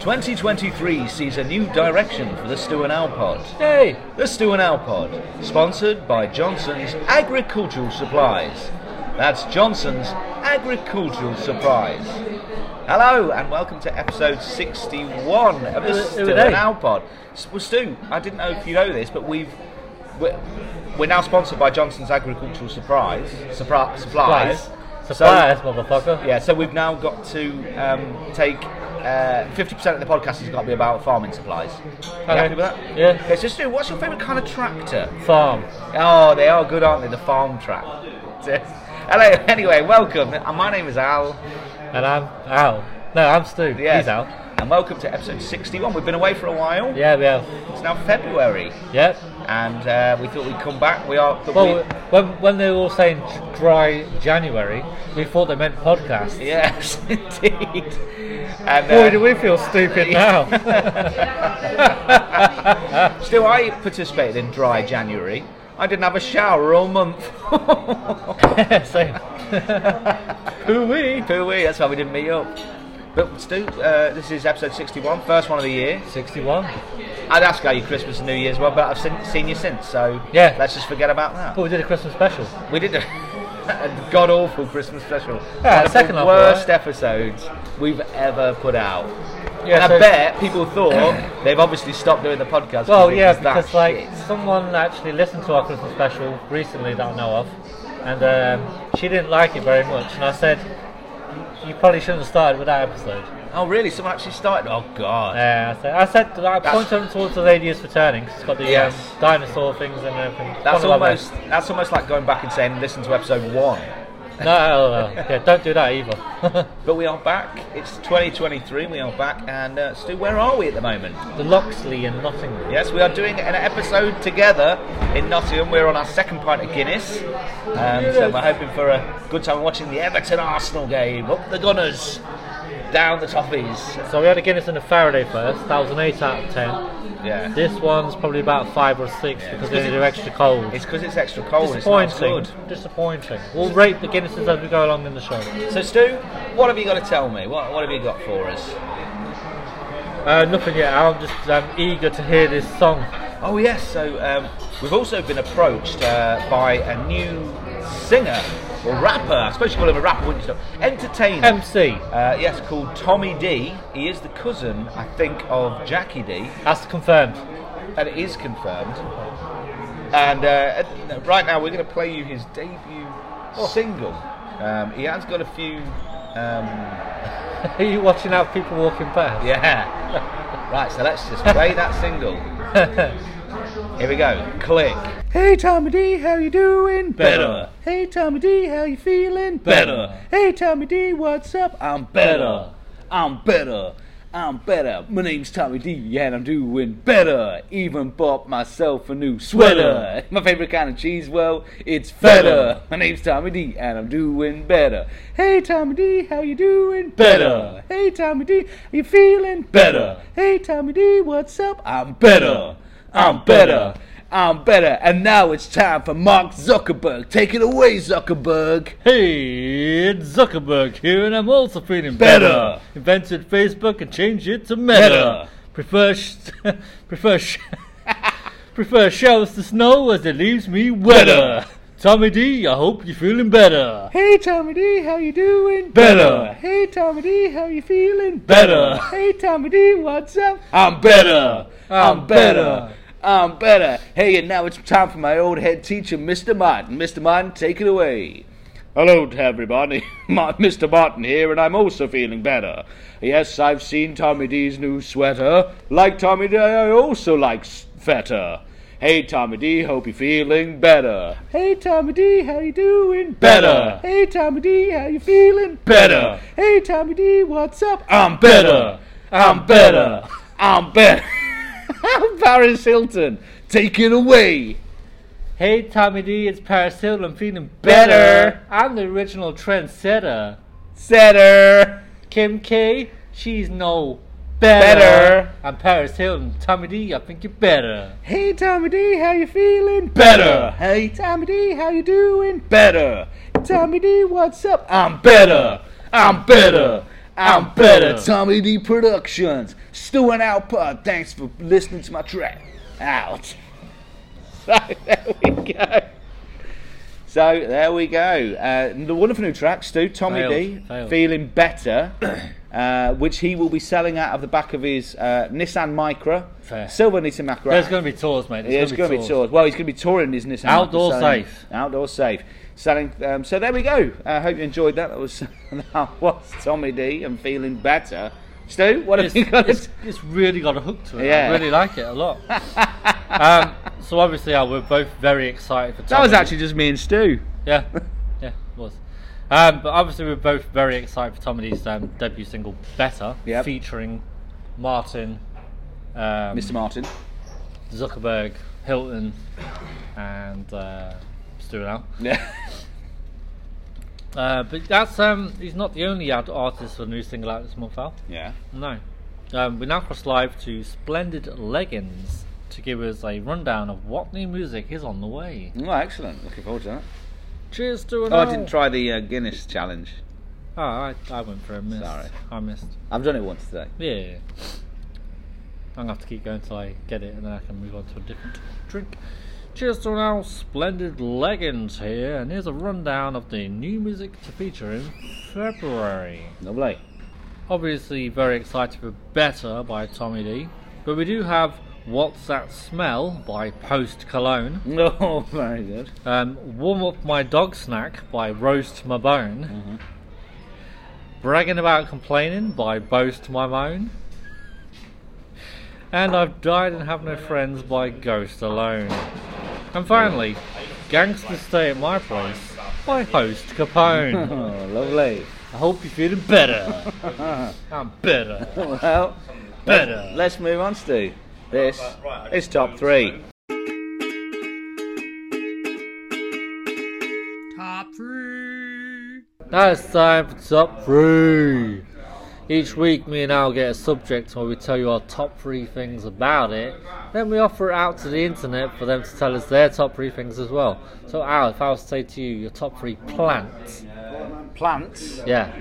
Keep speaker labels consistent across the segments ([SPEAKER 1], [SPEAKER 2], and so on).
[SPEAKER 1] 2023 sees a new direction for the Stew and Owl Pod.
[SPEAKER 2] Hey!
[SPEAKER 1] The Stew and Owl Pod, sponsored by Johnson's Agricultural Supplies. That's Johnson's Agricultural Supplies. Hello and welcome to episode 61 of the
[SPEAKER 2] Who- who
[SPEAKER 1] Stew
[SPEAKER 2] are they?
[SPEAKER 1] and Owl Pod. S- Well, Stu, I didn't know if you know this, but we've we're, we're now sponsored by Johnson's Agricultural Supplies. Supri- supplies.
[SPEAKER 2] Supplies.
[SPEAKER 1] So-
[SPEAKER 2] Supplies, motherfucker.
[SPEAKER 1] yeah, so we've now got to um, take uh, fifty percent of the podcast has got to be about farming supplies. You
[SPEAKER 2] Okay.
[SPEAKER 1] happy with that?
[SPEAKER 2] Yeah.
[SPEAKER 1] Okay, so Stu, what's your favourite kind of tractor?
[SPEAKER 2] Farm.
[SPEAKER 1] Oh, they are good, aren't they? The farm tractor. Hello. Anyway, welcome. Uh, My name is Al.
[SPEAKER 2] And I'm Al. No, I'm Stu.
[SPEAKER 1] Yes.
[SPEAKER 2] He's Al.
[SPEAKER 1] And welcome to episode sixty-one. We've been away for a while.
[SPEAKER 2] Yeah, we have.
[SPEAKER 1] It's now February,
[SPEAKER 2] Yep.
[SPEAKER 1] and uh, we thought we'd come back. We are. but
[SPEAKER 2] Well,
[SPEAKER 1] we-
[SPEAKER 2] when, when they were all saying dry January, we thought they meant podcast.
[SPEAKER 1] yes, indeed. And,
[SPEAKER 2] Boy,
[SPEAKER 1] uh,
[SPEAKER 2] do we feel stupid now.
[SPEAKER 1] Still, I participated in dry January. I didn't have a shower all month.
[SPEAKER 2] Same. Hooey.
[SPEAKER 1] Pooey, that's why we didn't meet up. But Stu, uh, this is episode 61, first one of the year.
[SPEAKER 2] 61.
[SPEAKER 1] I'd ask how your Christmas and New Year's were, but I've seen, seen you since, so
[SPEAKER 2] Yeah.
[SPEAKER 1] let's just forget about that.
[SPEAKER 2] But we did a Christmas special.
[SPEAKER 1] We did a, a god awful Christmas special.
[SPEAKER 2] Yeah,
[SPEAKER 1] One of
[SPEAKER 2] second
[SPEAKER 1] the
[SPEAKER 2] half,
[SPEAKER 1] worst episodes we've ever put out.
[SPEAKER 2] Yeah,
[SPEAKER 1] and I
[SPEAKER 2] so-
[SPEAKER 1] bet people thought they've obviously stopped doing the podcast.
[SPEAKER 2] Well,
[SPEAKER 1] it
[SPEAKER 2] yeah,
[SPEAKER 1] was that
[SPEAKER 2] because like
[SPEAKER 1] shit.
[SPEAKER 2] someone actually listened to our Christmas special recently that I know of, and um, she didn't like it very much. And I said, "You probably shouldn't have started with that episode."
[SPEAKER 1] Oh, really? Someone actually started? Oh, God.
[SPEAKER 2] Yeah, I said, I said, I
[SPEAKER 1] That's-
[SPEAKER 2] pointed them towards the lady who's returning. she she's got the
[SPEAKER 1] Yes.
[SPEAKER 2] um, dinosaur things and everything.
[SPEAKER 1] That's
[SPEAKER 2] One of uh, my
[SPEAKER 1] almost that's almost like going back and saying listen to episode one.
[SPEAKER 2] best. no, no, no, no. yeah, don't do that either.
[SPEAKER 1] But we are back. It's 2023. We are back, and uh, Stu, where are we at the moment?
[SPEAKER 2] the Loxley and Nottingham.
[SPEAKER 1] Yes, we are doing an episode together in Nottingham. We're on our second pint of Guinness, um, so we're hoping for a good time watching the Everton Arsenal game. Up the Gunners, down the Toffees.
[SPEAKER 2] So we had a Guinness and a Faraday first. That was an eight out of ten.
[SPEAKER 1] Yeah,
[SPEAKER 2] This one's probably about five or six
[SPEAKER 1] Yeah,
[SPEAKER 2] because
[SPEAKER 1] it's
[SPEAKER 2] they
[SPEAKER 1] 'cause
[SPEAKER 2] need
[SPEAKER 1] it-
[SPEAKER 2] an extra cold.
[SPEAKER 1] it's because it's extra cold. It's not as
[SPEAKER 2] Disappointing.
[SPEAKER 1] good.
[SPEAKER 2] Disappointing. We'll rate the Guinnesses as we go along in the show.
[SPEAKER 1] So, Stu, what have you got to tell me? What, what have you got for us?
[SPEAKER 2] Uh, nothing yet. I'm just um, eager to hear this song.
[SPEAKER 1] Oh yes, so um, we've also been approached uh, by a new singer or rapper. I suppose you call him a rapper, wouldn't you? Entertainer.
[SPEAKER 2] MC.
[SPEAKER 1] uh, yes, called Tommy D. He is the cousin, I think, of Jackie D.
[SPEAKER 2] That's confirmed.
[SPEAKER 1] That is confirmed. And uh, at- you know, right now, we're going to play you his debut single. Um, he has got a few. Um,
[SPEAKER 2] Are you watching out for people walking past?
[SPEAKER 1] yeah. right, so let's just play that single. Here we go. Click.
[SPEAKER 2] Hey Tommy D, how you doing?
[SPEAKER 1] Better.
[SPEAKER 2] Hey Tommy D, how you feeling?
[SPEAKER 1] Better.
[SPEAKER 2] Hey Tommy D, what's up?
[SPEAKER 1] I'm better. I'm better. I'm better. My name's Tommy D, and I'm doing better. Even bought myself a new sweater. My favorite kind of cheese, well, it's feta.
[SPEAKER 2] Feta.
[SPEAKER 1] My name's Tommy D, and I'm doing better.
[SPEAKER 2] Hey Tommy D, how you doing?
[SPEAKER 1] Better.
[SPEAKER 2] Hey Tommy D, are you feeling?
[SPEAKER 1] Better.
[SPEAKER 2] Hey Tommy D, what's up?
[SPEAKER 1] I'm better. I'm better. I'm better. And now it's time for Mark Zuckerberg. Take it away, Zuckerberg.
[SPEAKER 2] Hey, it's Zuckerberg here, and I'm also feeling
[SPEAKER 1] Better.
[SPEAKER 2] better. Invented Facebook and changed it to
[SPEAKER 1] Meta.
[SPEAKER 2] Meta. Prefer sh- prefer sh- prefer showers to snow as it leaves me wetter.
[SPEAKER 1] Better.
[SPEAKER 2] Tommy D, I hope you're feeling better.
[SPEAKER 3] Hey Tommy D, how you doing?
[SPEAKER 2] Better.
[SPEAKER 3] Hey Tommy D, how you feeling?
[SPEAKER 2] Better.
[SPEAKER 3] Hey Tommy D, what's up?
[SPEAKER 1] I'm better.
[SPEAKER 2] I'm
[SPEAKER 1] I'm better.
[SPEAKER 2] better.
[SPEAKER 1] I'm better. Um, uh, Hey, and now it's time for my old head teacher, Mr. Martin. Mr. Martin, take it away. Hello to everybody. My, Mr. Martin here, and I'm also feeling better. Yes, I've seen Tommy D's new sweater. Like Tommy D, I also like s- feta. Hey, Tommy D, hope you're feeling better.
[SPEAKER 3] Hey Tommy D, how you doing?
[SPEAKER 1] Better.
[SPEAKER 3] Hey Tommy D, how you feeling?
[SPEAKER 1] Better.
[SPEAKER 3] Hey Tommy D, what's up?
[SPEAKER 1] I'm better. I'm better. I'm better. Paris Hilton, take it away.
[SPEAKER 2] Hey Tommy D, it's Paris Hilton. I'm feeling
[SPEAKER 1] Better.
[SPEAKER 2] better. I'm the original trendsetter.
[SPEAKER 1] Setter.
[SPEAKER 2] Kim K, she's no better.
[SPEAKER 1] Better.
[SPEAKER 2] I'm Paris Hilton. Tommy D, I think you're better.
[SPEAKER 3] Hey Tommy D, how you feeling?
[SPEAKER 1] Better. Hey,
[SPEAKER 3] Tommy D, how you doing?
[SPEAKER 1] better.
[SPEAKER 3] Tommy D, what's up?
[SPEAKER 1] I'm better. I'm better. I'm better. Tommy D Productions. Stu and Al Pod, thanks for listening to my track. Out. So there we go. So there we go. Uh, the wonderful new track, Stu, Tommy D,
[SPEAKER 2] Failed, failed.
[SPEAKER 1] feeling better, uh, which he will be selling out of the back of his uh, Nissan Micra,
[SPEAKER 2] Fair.
[SPEAKER 1] silver Nissan Micra.
[SPEAKER 2] There's going to be tours, mate.
[SPEAKER 1] Yeah,
[SPEAKER 2] There's
[SPEAKER 1] it's going to be tours. Well, he's going to be touring his Nissan.
[SPEAKER 2] Outdoor
[SPEAKER 1] Micra,
[SPEAKER 2] safe.
[SPEAKER 1] Outdoor safe. Selling. Um, so there we go. I hope you enjoyed that. That was that was Tommy D. and feeling better. Stu, what have
[SPEAKER 2] It's,
[SPEAKER 1] you got?
[SPEAKER 2] it's, it's really got a hook to it.
[SPEAKER 1] Yeah.
[SPEAKER 2] I really like it a lot. um, so obviously, yeah, we're both very excited for.
[SPEAKER 1] that was
[SPEAKER 2] Tommy.
[SPEAKER 1] actually just me and Stu.
[SPEAKER 2] Yeah, yeah, it was. Um, but obviously, we're both very excited for Tommy Lee's um, debut single, Better,
[SPEAKER 1] Yep.
[SPEAKER 2] featuring Martin, um,
[SPEAKER 1] Mr. Martin.
[SPEAKER 2] Zuckerberg, Hilton, and uh, Stuart Al.
[SPEAKER 1] Yeah.
[SPEAKER 2] Uh, but that's um, he's not the only ad- artist for a new single out this month, Al.
[SPEAKER 1] yeah.
[SPEAKER 2] No. Um, we now cross live to Splendid Leggings to give us a rundown of what new music is on the way.
[SPEAKER 1] Oh, excellent. Looking forward to that.
[SPEAKER 2] Cheers, Stuart
[SPEAKER 1] Oh, I
[SPEAKER 2] Al.
[SPEAKER 1] didn't try the uh, Guinness challenge.
[SPEAKER 2] Oh, I, I went for a miss.
[SPEAKER 1] Sorry.
[SPEAKER 2] I missed.
[SPEAKER 1] I've done it once today.
[SPEAKER 2] Yeah. I'm gonna have to keep going till I get it, and then I can move on to a different drink. Cheers to our splendid leggings here, and here's a rundown of the new music to feature in February.
[SPEAKER 1] Lovely.
[SPEAKER 2] Obviously, very excited for Better by Tommy D, but we do have What's That Smell by Post Cologne,
[SPEAKER 1] Oh, very good.
[SPEAKER 2] um, Warm Up My Dog Snack by Roast My Bone, Bragging About Complaining by Boast My Moan, and I've Died and Have No Friends by Ghost Alone. And finally, Gangsters Stay at My Place by Host Capone.
[SPEAKER 1] Oh, lovely.
[SPEAKER 2] I hope you're feeling better. I'm better.
[SPEAKER 1] Well,
[SPEAKER 2] Better.
[SPEAKER 1] let's move on, Stu. This is top three.
[SPEAKER 2] Now it's time for top three. Each week, me and Al get a subject where we tell you our top three things about it. Then we offer it out to the internet for them to tell us their top three things as well. So, Al, if I was to say to you your top three plants,
[SPEAKER 1] Plants.
[SPEAKER 2] yeah,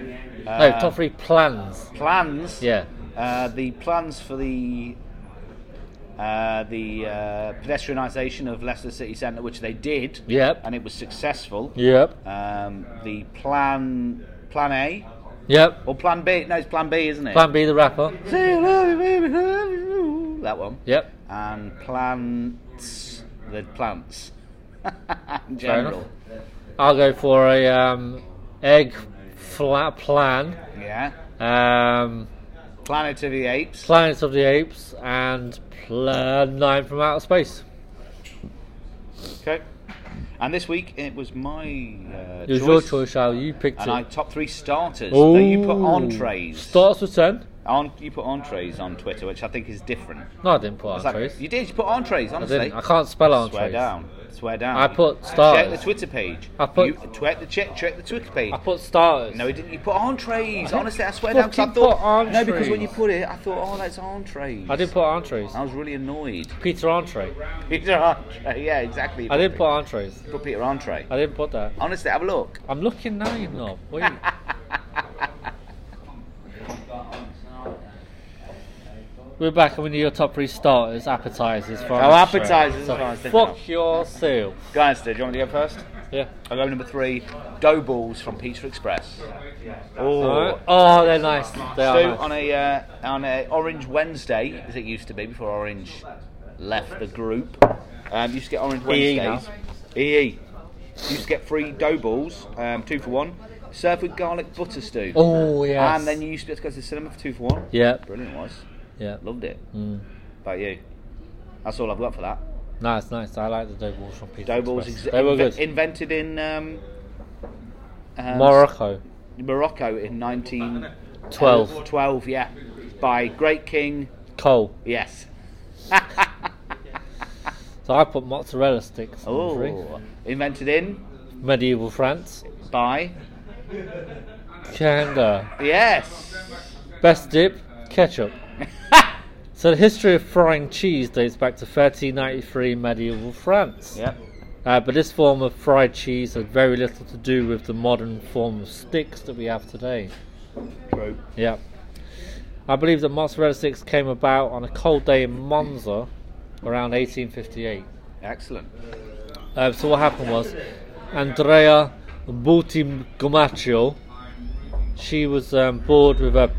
[SPEAKER 2] no,
[SPEAKER 1] Uh,
[SPEAKER 2] top three plans,
[SPEAKER 1] Plans.
[SPEAKER 2] yeah,
[SPEAKER 1] Uh, the plans for the uh, the uh, pedestrianisation of Leicester City Centre, which they did,
[SPEAKER 2] yep,
[SPEAKER 1] and it was successful.
[SPEAKER 2] yep,
[SPEAKER 1] Um, the plan plan A
[SPEAKER 2] yep.
[SPEAKER 1] or plan B? No, it's plan B, isn't it?
[SPEAKER 2] Plan B, the rapper,
[SPEAKER 1] Say I love you, baby, love you. That one.
[SPEAKER 2] yep.
[SPEAKER 1] And plants the plants. In
[SPEAKER 2] Fair enough.
[SPEAKER 1] general.
[SPEAKER 2] I'll go for a um, egg flat plan,
[SPEAKER 1] Yeah.
[SPEAKER 2] um,
[SPEAKER 1] Planet of the Apes.
[SPEAKER 2] Planets of the Apes, and Plan 9 from Outer Space.
[SPEAKER 1] Okay. And this week it was my uh,
[SPEAKER 2] It was your choice, Al. You picked
[SPEAKER 1] And
[SPEAKER 2] it.
[SPEAKER 1] I top three starters. No, you put
[SPEAKER 2] Ooh.
[SPEAKER 1] entrees.
[SPEAKER 2] Starts with 10.
[SPEAKER 1] On you put entrees on Twitter, which I think is different.
[SPEAKER 2] No, I didn't put
[SPEAKER 1] It's
[SPEAKER 2] on
[SPEAKER 1] like-
[SPEAKER 2] trace.
[SPEAKER 1] you did. You put entrees.
[SPEAKER 2] I
[SPEAKER 1] Honestly,
[SPEAKER 2] didn't. I can't spell on
[SPEAKER 1] swear
[SPEAKER 2] trace.
[SPEAKER 1] down. Swear down.
[SPEAKER 2] I put
[SPEAKER 1] Check the
[SPEAKER 2] starters.
[SPEAKER 1] Twitter page.
[SPEAKER 2] I put-
[SPEAKER 1] You, check the check. Check the Twitter page.
[SPEAKER 2] I put starters.
[SPEAKER 1] No, he didn't. You put entrees.
[SPEAKER 2] I
[SPEAKER 1] Honestly, I swear
[SPEAKER 2] fucking
[SPEAKER 1] down. 'cause I thought
[SPEAKER 2] put entrees.
[SPEAKER 1] no, because when you put it, I thought, oh, that's entrees.
[SPEAKER 2] I did put entrees.
[SPEAKER 1] I was really annoyed.
[SPEAKER 2] Peter Entree.
[SPEAKER 1] Peter entree. Yeah, exactly.
[SPEAKER 2] I did put entrees.
[SPEAKER 1] put Peter entree.
[SPEAKER 2] I didn't put that.
[SPEAKER 1] Honestly, have a look.
[SPEAKER 2] I'm looking now, you know. Wait. We're back and we need your top three starters, appetizers for
[SPEAKER 1] Oh, appetizers is what I was thinking of.
[SPEAKER 2] Fuck yourself.
[SPEAKER 1] Guys, do you want me to go first?
[SPEAKER 2] Yeah.
[SPEAKER 1] I go number three. Dough balls from Pizza Express.
[SPEAKER 2] Alright.
[SPEAKER 1] Oh,
[SPEAKER 2] Oh, they're nice. They
[SPEAKER 1] So
[SPEAKER 2] are nice.
[SPEAKER 1] on a uh, on a Orange Wednesday, as it used to be before Orange left the group, um, you used to get Orange
[SPEAKER 2] EE E now.
[SPEAKER 1] Wednesdays. EE. You used to get free dough balls, um, two for one, served with garlic butter stew.
[SPEAKER 2] Oh, yes.
[SPEAKER 1] And then you used to be able to go to the cinema for two for one.
[SPEAKER 2] Yep.
[SPEAKER 1] Brilliant was.
[SPEAKER 2] Yep.
[SPEAKER 1] Loved it.
[SPEAKER 2] Mm.
[SPEAKER 1] About you. That's all I've got for that.
[SPEAKER 2] Nice, nice. I like the dough balls from Pizza
[SPEAKER 1] Dough balls
[SPEAKER 2] Express.
[SPEAKER 1] ex-
[SPEAKER 2] They were
[SPEAKER 1] inve-
[SPEAKER 2] good.
[SPEAKER 1] invented in um, um,
[SPEAKER 2] Morocco.
[SPEAKER 1] Morocco in 1912.
[SPEAKER 2] 12.
[SPEAKER 1] 12, yeah. By Great King,
[SPEAKER 2] Cole.
[SPEAKER 1] yes.
[SPEAKER 2] So I put mozzarella sticks. Oh. Three.
[SPEAKER 1] Oh, invented in
[SPEAKER 2] Medieval France.
[SPEAKER 1] by
[SPEAKER 2] Kanga.
[SPEAKER 1] yes.
[SPEAKER 2] Best dip, ketchup. so the history of frying cheese dates back to 1393 medieval France.
[SPEAKER 1] Yep.
[SPEAKER 2] Uh, but this form of fried cheese had very little to do with the modern form of sticks that we have today.
[SPEAKER 1] True.
[SPEAKER 2] Yeah. I believe that mozzarella sticks came about on a cold day in Monza around 1858.
[SPEAKER 1] Excellent.
[SPEAKER 2] Um, so what happened was Andrea Bultimaccio, she was um, bored with a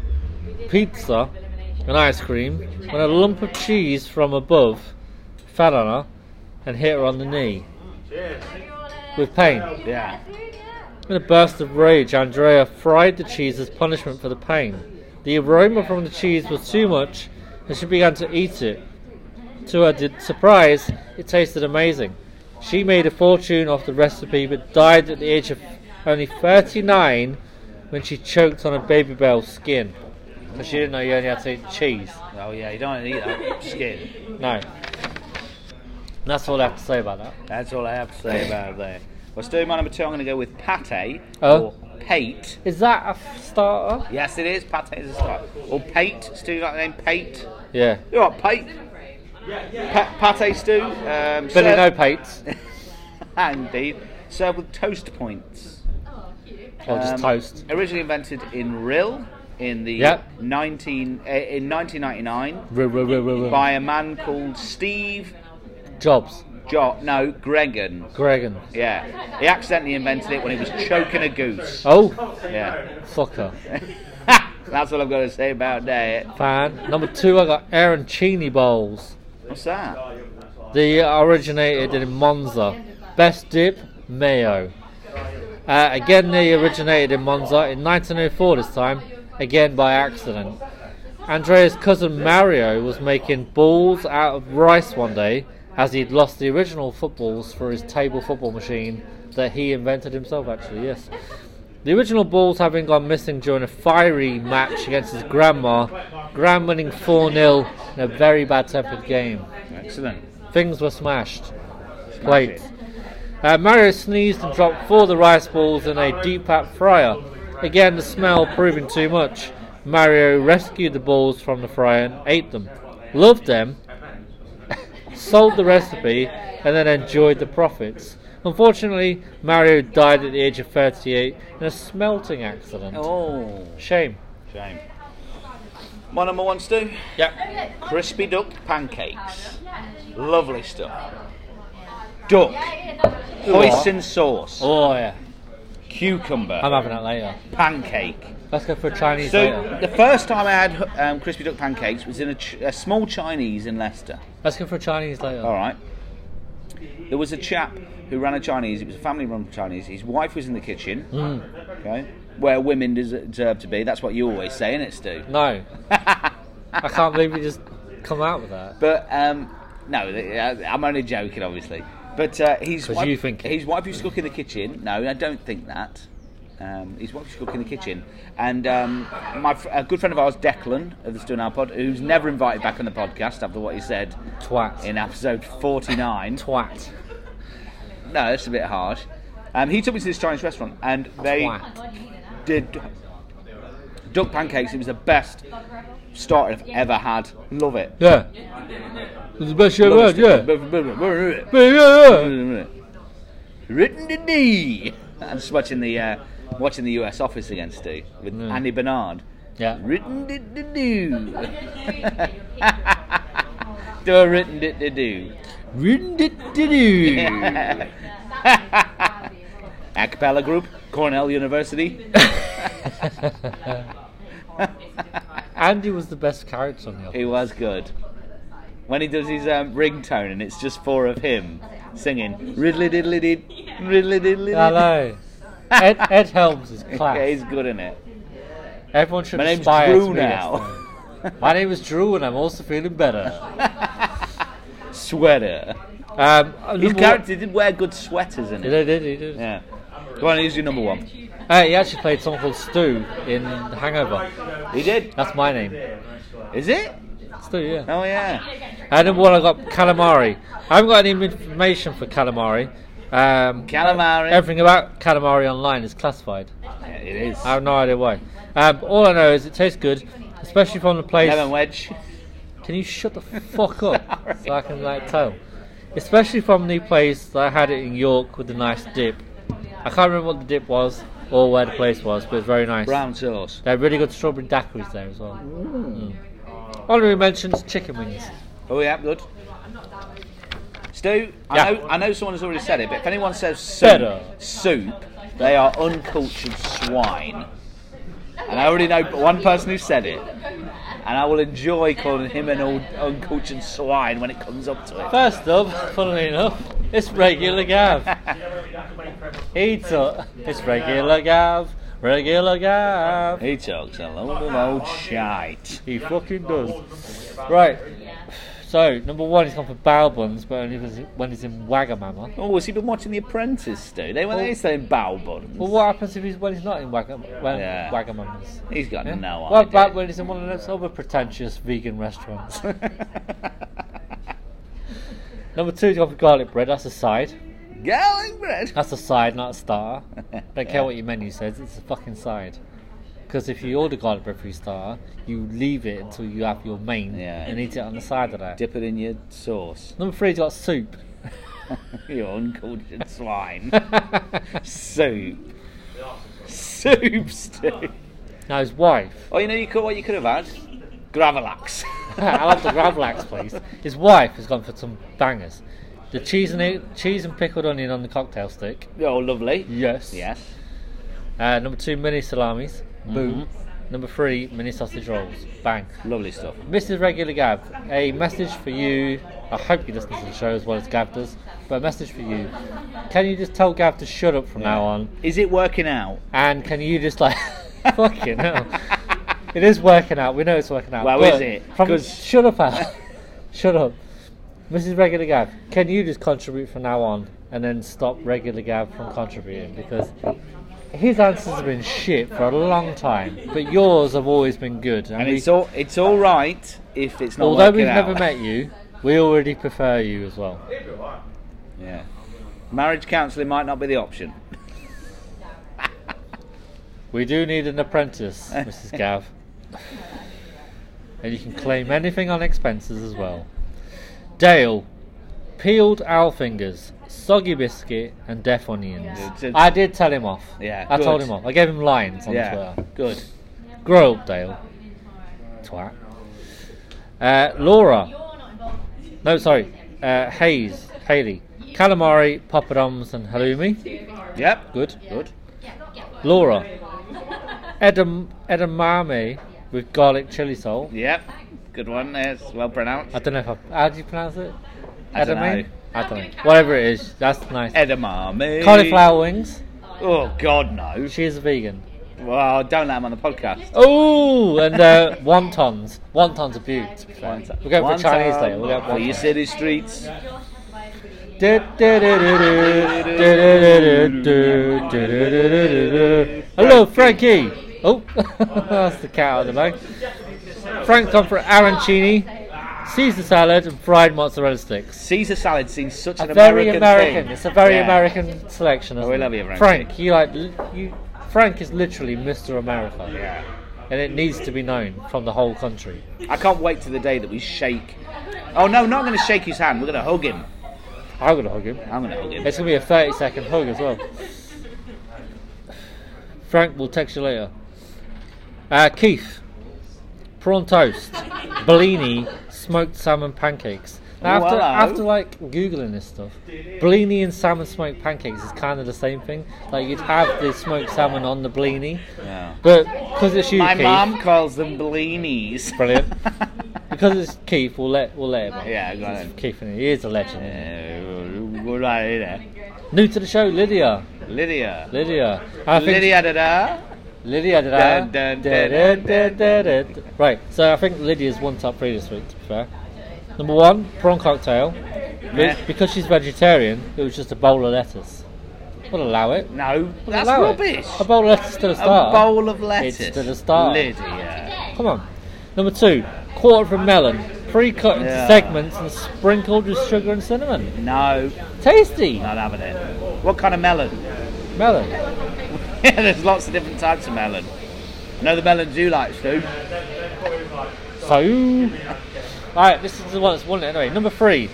[SPEAKER 2] pizza and ice cream when a lump of cheese from above fell on her and hit her on the knee with pain.
[SPEAKER 1] Yeah.
[SPEAKER 2] In a burst of rage, Andrea fried the cheese as punishment for the pain. The aroma from the cheese was too much, and she began to eat it. To her di- surprise, it tasted amazing. She made a fortune off the recipe, but died at the age of only 39 when she choked on a baby bell's skin. So she didn't know you only had to eat cheese.
[SPEAKER 1] Oh yeah, you don't eat that skin.
[SPEAKER 2] No. And that's all I have to say about that.
[SPEAKER 1] That's all I have to say about it there. Well, Stu, my number two, I'm going to go with pate
[SPEAKER 2] Oh.
[SPEAKER 1] or pate.
[SPEAKER 2] Is that a f- starter?
[SPEAKER 1] Yes, it is. Pate is a start. Or pate. Stu, you like the name pate?
[SPEAKER 2] Yeah.
[SPEAKER 1] You all right, pate? Pa- pate, Stu. Um,
[SPEAKER 2] Billy
[SPEAKER 1] serve-
[SPEAKER 2] No Pates.
[SPEAKER 1] Indeed. Served with toast points.
[SPEAKER 2] Or just
[SPEAKER 1] Um,
[SPEAKER 2] toast.
[SPEAKER 1] Originally invented in Rill in the
[SPEAKER 2] Yep.
[SPEAKER 1] 19 uh, in 1999
[SPEAKER 2] R- r- r- r- r-
[SPEAKER 1] by a man called Steve
[SPEAKER 2] Jobs.
[SPEAKER 1] Jo no Gregan.
[SPEAKER 2] Gregan.
[SPEAKER 1] Yeah, he accidentally invented it when he was choking a goose.
[SPEAKER 2] Oh,
[SPEAKER 1] Yeah,
[SPEAKER 2] fucker.
[SPEAKER 1] that's all I've got to say about that.
[SPEAKER 2] Fan. Number two, I got Aaron Cheney bowls.
[SPEAKER 1] What's that?
[SPEAKER 2] They originated in Monza. Best dip, mayo. Uh, again, they originated in Monza in 1904 this time, again by accident. Andrea's cousin Mario was making balls out of rice one day as he'd lost the original footballs for his table football machine that he invented himself, actually, yes. The original balls having gone missing during a fiery match against his grandma, Graham winning 4 0 in a very bad tempered game.
[SPEAKER 1] Excellent.
[SPEAKER 2] Things were smashed. Plate. Uh, Mario sneezed and dropped four of the rice balls in a deep pat fryer. Again, the smell proving too much. Mario rescued the balls from the fryer and ate them. Loved them, sold the recipe, and then enjoyed the profits. Unfortunately, Mario died at the age of 38 in a smelting accident.
[SPEAKER 1] Oh,
[SPEAKER 2] Shame.
[SPEAKER 1] shame. My number one, Stu.
[SPEAKER 2] Yeah.
[SPEAKER 1] Crispy duck pancakes. Lovely stuff. Duck. Hoisin sauce.
[SPEAKER 2] Oh, yeah.
[SPEAKER 1] Cucumber.
[SPEAKER 2] I'm having that later.
[SPEAKER 1] pancake.
[SPEAKER 2] Let's go for a Chinese
[SPEAKER 1] So
[SPEAKER 2] later.
[SPEAKER 1] the first time I had um, crispy duck pancakes was in a, ch- a small Chinese in Leicester.
[SPEAKER 2] Let's go for a Chinese later.
[SPEAKER 1] All right. There was a chap who ran a Chinese. It was a family-run Chinese. His wife was in the kitchen. Okay, where women des- deserve to be. That's what you always say, innit, Stu?
[SPEAKER 2] No. I can't believe you just come out with that.
[SPEAKER 1] But um, no, th- uh, I'm only joking, obviously. But uh, his
[SPEAKER 2] 'Cause
[SPEAKER 1] wife,
[SPEAKER 2] you think it.
[SPEAKER 1] his wife used to cook in the kitchen. No, I don't think that. Um, his wife used to cook in the kitchen, and um, my fr- a good friend of ours, Declan of the Stone Hour Pod, who's never invited back on the podcast after what he said
[SPEAKER 2] Twat.
[SPEAKER 1] in episode 49.
[SPEAKER 2] Twat.
[SPEAKER 1] no, that's a bit harsh. Um, he took me to this Chinese restaurant, and they
[SPEAKER 2] Twat.
[SPEAKER 1] did duck pancakes. It was the best start I've ever had. Love it.
[SPEAKER 2] Yeah. It's the best you
[SPEAKER 1] Love
[SPEAKER 2] ever had,
[SPEAKER 1] it.
[SPEAKER 2] yeah.
[SPEAKER 1] yeah.
[SPEAKER 2] Yeah, yeah, yeah.
[SPEAKER 1] Written to D. I'm just watching the uh, watching the US Office again, Stu, with
[SPEAKER 2] Mm.
[SPEAKER 1] Andy Bernard.
[SPEAKER 2] Yeah.
[SPEAKER 1] Written to D. do. Do a written to D. do.
[SPEAKER 2] Written did do.
[SPEAKER 1] A cappella group, Cornell University.
[SPEAKER 2] Andy was the best character on the
[SPEAKER 1] He
[SPEAKER 2] album.
[SPEAKER 1] was good. When he does his um, ringtone and it's just four of him singing Riddly Diddly Did, Riddly Diddly Did.
[SPEAKER 2] Hello. Ed, Ed Helms is
[SPEAKER 1] Yeah,
[SPEAKER 2] class.
[SPEAKER 1] he's good in it.
[SPEAKER 2] Everyone should
[SPEAKER 1] My name's
[SPEAKER 2] aspire to
[SPEAKER 1] Drew
[SPEAKER 2] be now.
[SPEAKER 1] now.
[SPEAKER 2] My name is Drew and I'm also feeling better.
[SPEAKER 1] Sweater.
[SPEAKER 2] Um,
[SPEAKER 1] His
[SPEAKER 2] number
[SPEAKER 1] character did wear good sweaters in
[SPEAKER 2] One, he
[SPEAKER 1] it.
[SPEAKER 2] did, he did, he did.
[SPEAKER 1] Yeah. Go on, he's your number one.
[SPEAKER 2] Uh, he actually played someone called Stu in Hangover.
[SPEAKER 1] He did.
[SPEAKER 2] That's my name.
[SPEAKER 1] Is it?
[SPEAKER 2] Stu, yeah.
[SPEAKER 1] Oh yeah.
[SPEAKER 2] And number one, I got calamari. I haven't got any information for calamari. Um,
[SPEAKER 1] Calamari.
[SPEAKER 2] everything about calamari online is classified.
[SPEAKER 1] Yeah, it is.
[SPEAKER 2] I have no idea why. Um, all I know is it tastes good, especially from the place.
[SPEAKER 1] Lemon wedge.
[SPEAKER 2] Can you shut the fuck up so I can like tell? Especially from the place that I had it in York with the nice dip. I can't remember what the dip was or where the place was, but it's very nice.
[SPEAKER 1] Brown sauce.
[SPEAKER 2] They had really good strawberry daiquiris there as well. Mm. Honorary mentions chicken wings.
[SPEAKER 1] Oh yeah, good. Stu, I
[SPEAKER 2] Yeah.
[SPEAKER 1] know I know someone has already said it, but if anyone says soup,
[SPEAKER 2] Better.
[SPEAKER 1] soup, they are uncultured swine. And I already know one person who said it, and I will enjoy calling him an old uncultured swine when it comes up to it.
[SPEAKER 2] First up, funnily enough, it's regular Gav. he took it's regular Gav, regular Gav.
[SPEAKER 1] He talks a load of old shite.
[SPEAKER 2] He fucking does. Right. So number one, he's gone for bow buns, but only if it's- when he's in Wagamama.
[SPEAKER 1] Oh, has he been watching The Apprentice, Stu? They
[SPEAKER 2] Oh.
[SPEAKER 1] were they saying bow buttons.
[SPEAKER 2] Well, what happens if he's when he's not in Wagam- when
[SPEAKER 1] Yeah.
[SPEAKER 2] Wagamamas?
[SPEAKER 1] He's got
[SPEAKER 2] Yeah?
[SPEAKER 1] no idea.
[SPEAKER 2] What about when he's in one of those other pretentious vegan restaurants? Number two, he's gone for garlic bread. That's a side.
[SPEAKER 1] Garlic bread.
[SPEAKER 2] That's a side, not a star. Don't care what your menu says. It's a fucking side. Because if you order garlic bread for your star, you leave it until you have your main
[SPEAKER 1] Yeah.
[SPEAKER 2] and eat it on the side of that.
[SPEAKER 1] Dip it in your sauce.
[SPEAKER 2] Number three, he's got soup.
[SPEAKER 1] you uncultured swine. Soup. Soup stew.
[SPEAKER 2] Now his wife.
[SPEAKER 1] Oh, you know you could, what you could have had? Gravelax.
[SPEAKER 2] I love the Gravlax please. His wife has gone for some bangers. The cheese and cheese and pickled onion on the cocktail stick.
[SPEAKER 1] oh, lovely.
[SPEAKER 2] Yes.
[SPEAKER 1] Yes.
[SPEAKER 2] Uh, number two, mini salamis. Boom. Number three, mini sausage rolls. Bang.
[SPEAKER 1] Lovely stuff.
[SPEAKER 2] Mrs. Regular Gav, a message for you. I hope you listen to the show as well as Gav does, but a message for you. Can you just tell Gav to shut up from now on?
[SPEAKER 1] Is it working out?
[SPEAKER 2] And can you just like fucking hell? It is working out. We know it's working out.
[SPEAKER 1] Well,
[SPEAKER 2] but
[SPEAKER 1] is it?
[SPEAKER 2] From,
[SPEAKER 1] 'Cause-
[SPEAKER 2] shut up, Al. shut up. Mrs. Regular Gav, can you just contribute from now on and then stop Regular Gav from contributing? Because his answers have been shit for a long time, but yours have always been good.
[SPEAKER 1] And
[SPEAKER 2] we-
[SPEAKER 1] it's all it's all right if it's not.
[SPEAKER 2] Although
[SPEAKER 1] working
[SPEAKER 2] we've
[SPEAKER 1] out.
[SPEAKER 2] never met you, we already prefer you as well.
[SPEAKER 1] Yeah. Marriage counselling might not be the option.
[SPEAKER 2] We do need an apprentice, Mrs. Gav. and you can claim anything on expenses as well. Dale, peeled owl fingers, soggy biscuit, and deaf onions.
[SPEAKER 1] Yeah, it's a-
[SPEAKER 2] I did tell him off.
[SPEAKER 1] Yeah,
[SPEAKER 2] I told
[SPEAKER 1] good.
[SPEAKER 2] him off. I gave him lines on
[SPEAKER 1] yeah.
[SPEAKER 2] Twitter.
[SPEAKER 1] Good.
[SPEAKER 2] Grow up, Dale. Twat. Uh, Laura. No, sorry. Uh, Hayes. Haley. Calamari, poppadoms, and halloumi.
[SPEAKER 1] Yep.
[SPEAKER 2] Good.
[SPEAKER 1] Good.
[SPEAKER 2] Laura. Edam- edamame with garlic chili salt.
[SPEAKER 1] Yep. Good one. Yes. Well pronounced.
[SPEAKER 2] I don't know if I, how do you pronounce it?
[SPEAKER 1] I don't
[SPEAKER 2] Edamame?
[SPEAKER 1] know.
[SPEAKER 2] I don't know. Whatever it is, that's nice.
[SPEAKER 1] Edamame.
[SPEAKER 2] Cauliflower wings.
[SPEAKER 1] Oh God, no.
[SPEAKER 2] She is a vegan.
[SPEAKER 1] Well, don't let him on the podcast.
[SPEAKER 2] Oh, and uh, wontons. Wontons are beaut. to be fair. We're going for Chinese later. We'll go for
[SPEAKER 1] For your
[SPEAKER 2] wontons.
[SPEAKER 1] city streets.
[SPEAKER 2] Hello, Frankie. Oh, that's the cat out of the bag. Frank's gone for arancini, Caesar salad, and fried mozzarella sticks.
[SPEAKER 1] Caesar salad seems such an
[SPEAKER 2] A very
[SPEAKER 1] American,
[SPEAKER 2] American.
[SPEAKER 1] thing.
[SPEAKER 2] It's a very
[SPEAKER 1] Yeah. Oh,
[SPEAKER 2] American selection. Isn't
[SPEAKER 1] we
[SPEAKER 2] it?
[SPEAKER 1] love you, Frankie.
[SPEAKER 2] Frank, you like l- you. Frank is literally Mr. America.
[SPEAKER 1] Yeah.
[SPEAKER 2] And it needs to be known from the whole country.
[SPEAKER 1] I can't wait to the day that we shake. Oh no, not going to shake his hand. We're going to hug him.
[SPEAKER 2] I'm gonna hug him.
[SPEAKER 1] I'm going to hug him.
[SPEAKER 2] It's gonna be a 30 second hug as well. Frank will text you later. Uh, Keith, prawn toast, Bellini, smoked salmon pancakes. Now, after,
[SPEAKER 1] Wow.
[SPEAKER 2] after like googling this stuff, Bellini and salmon smoked pancakes is kind of the same thing. Like you'd have the smoked salmon on the Bellini,
[SPEAKER 1] Yeah.
[SPEAKER 2] but because it's you,
[SPEAKER 1] My
[SPEAKER 2] Keith,
[SPEAKER 1] mom calls them blinis.
[SPEAKER 2] brilliant. because it's Keith, we'll let we'll let him. on.
[SPEAKER 1] yeah, go on.
[SPEAKER 2] Keith, and he is a legend. isn't he?
[SPEAKER 1] Uh, Good idea.
[SPEAKER 2] New to the show, Lydia.
[SPEAKER 1] Lydia.
[SPEAKER 2] Lydia. I think-
[SPEAKER 1] Lydia da da.
[SPEAKER 2] Lydia, did I?
[SPEAKER 1] Dun, dun, dun, dun, dun, dun, dun.
[SPEAKER 2] Right, so I think Lydia's one top three this week, to be fair. Number one, prawn cocktail.
[SPEAKER 1] Yeah.
[SPEAKER 2] Because she's vegetarian, it was just a bowl of lettuce. We'll allow it.
[SPEAKER 1] No,
[SPEAKER 2] We'll
[SPEAKER 1] that's
[SPEAKER 2] allow it.
[SPEAKER 1] rubbish.
[SPEAKER 2] A bowl of lettuce is still a
[SPEAKER 1] A
[SPEAKER 2] start.
[SPEAKER 1] bowl of lettuce.
[SPEAKER 2] It's to the start.
[SPEAKER 1] Lydia.
[SPEAKER 2] Come on. Number two, quarter of a melon, pre cut into
[SPEAKER 1] Yeah.
[SPEAKER 2] segments and sprinkled with sugar and cinnamon.
[SPEAKER 1] No,
[SPEAKER 2] Tasty!
[SPEAKER 1] not having it. What kind of melon?
[SPEAKER 2] Melon.
[SPEAKER 1] Yeah, there's lots of different types of melon. I know the melons you like, Stu.
[SPEAKER 2] So. Alright, this is the one that's won it anyway. Number three,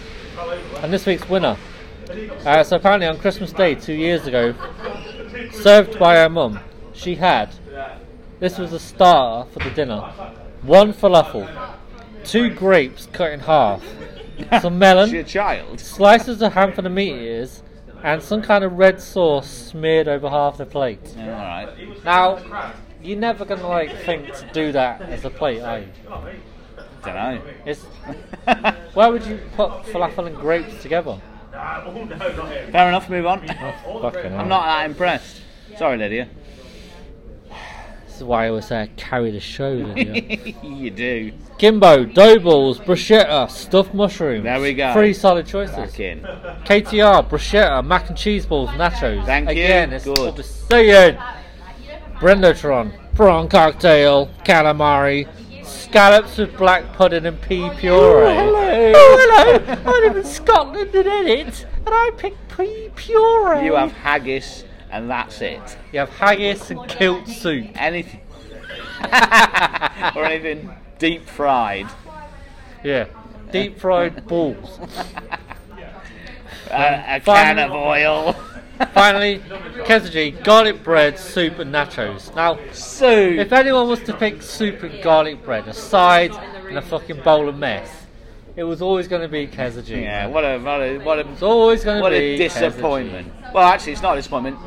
[SPEAKER 2] and this week's winner. Uh, so apparently on Christmas Day two years ago, served by her mum. She had. This was a starter for the dinner. One falafel, two grapes cut in half, some
[SPEAKER 1] She a
[SPEAKER 2] melon,
[SPEAKER 1] child.
[SPEAKER 2] slices of ham for the meat eaters, and some kind of red sauce smeared over half the plate.
[SPEAKER 1] Yeah, all right.
[SPEAKER 2] Now, you're never gonna like think to do that as a plate, are you?
[SPEAKER 1] Don't
[SPEAKER 2] It's
[SPEAKER 1] know.
[SPEAKER 2] why would you put falafel and grapes together?
[SPEAKER 1] Fair enough. Move on.
[SPEAKER 2] Fucking hell.
[SPEAKER 1] I'm not that impressed. Sorry, Lydia.
[SPEAKER 2] This is why I always say I carry the show. Lydia.
[SPEAKER 1] you do.
[SPEAKER 2] Gimbo, dough balls, bruschetta, stuffed mushrooms.
[SPEAKER 1] There we go.
[SPEAKER 2] Three solid choices.
[SPEAKER 1] Fucking.
[SPEAKER 2] KTR, bruschetta, mac and cheese balls, nachos.
[SPEAKER 1] Thank you.
[SPEAKER 2] Again, it's
[SPEAKER 1] Good.
[SPEAKER 2] all the same. Brendotron, prawn cocktail, calamari, scallops with black pudding and pea puree.
[SPEAKER 1] hello.
[SPEAKER 2] Oh, hello. I live in Scotland and Enid, and I picked pea puree.
[SPEAKER 1] You have haggis, and that's it.
[SPEAKER 2] You have haggis and kilt soup.
[SPEAKER 1] Anything. or anything deep fried.
[SPEAKER 2] Yeah. Deep fried balls.
[SPEAKER 1] A, a
[SPEAKER 2] Um, Fun.
[SPEAKER 1] can of oil.
[SPEAKER 2] Finally, Kesaji, garlic bread, soup, and nachos. Now,
[SPEAKER 1] Soup.
[SPEAKER 2] if anyone was to pick soup and garlic bread, a side and a fucking bowl of mess, it was always going to be Kesaji.
[SPEAKER 1] Yeah. What a what a what
[SPEAKER 2] It's
[SPEAKER 1] a
[SPEAKER 2] always going to
[SPEAKER 1] what
[SPEAKER 2] be
[SPEAKER 1] a
[SPEAKER 2] Kesaji.
[SPEAKER 1] disappointment. Well, actually, it's not a disappointment.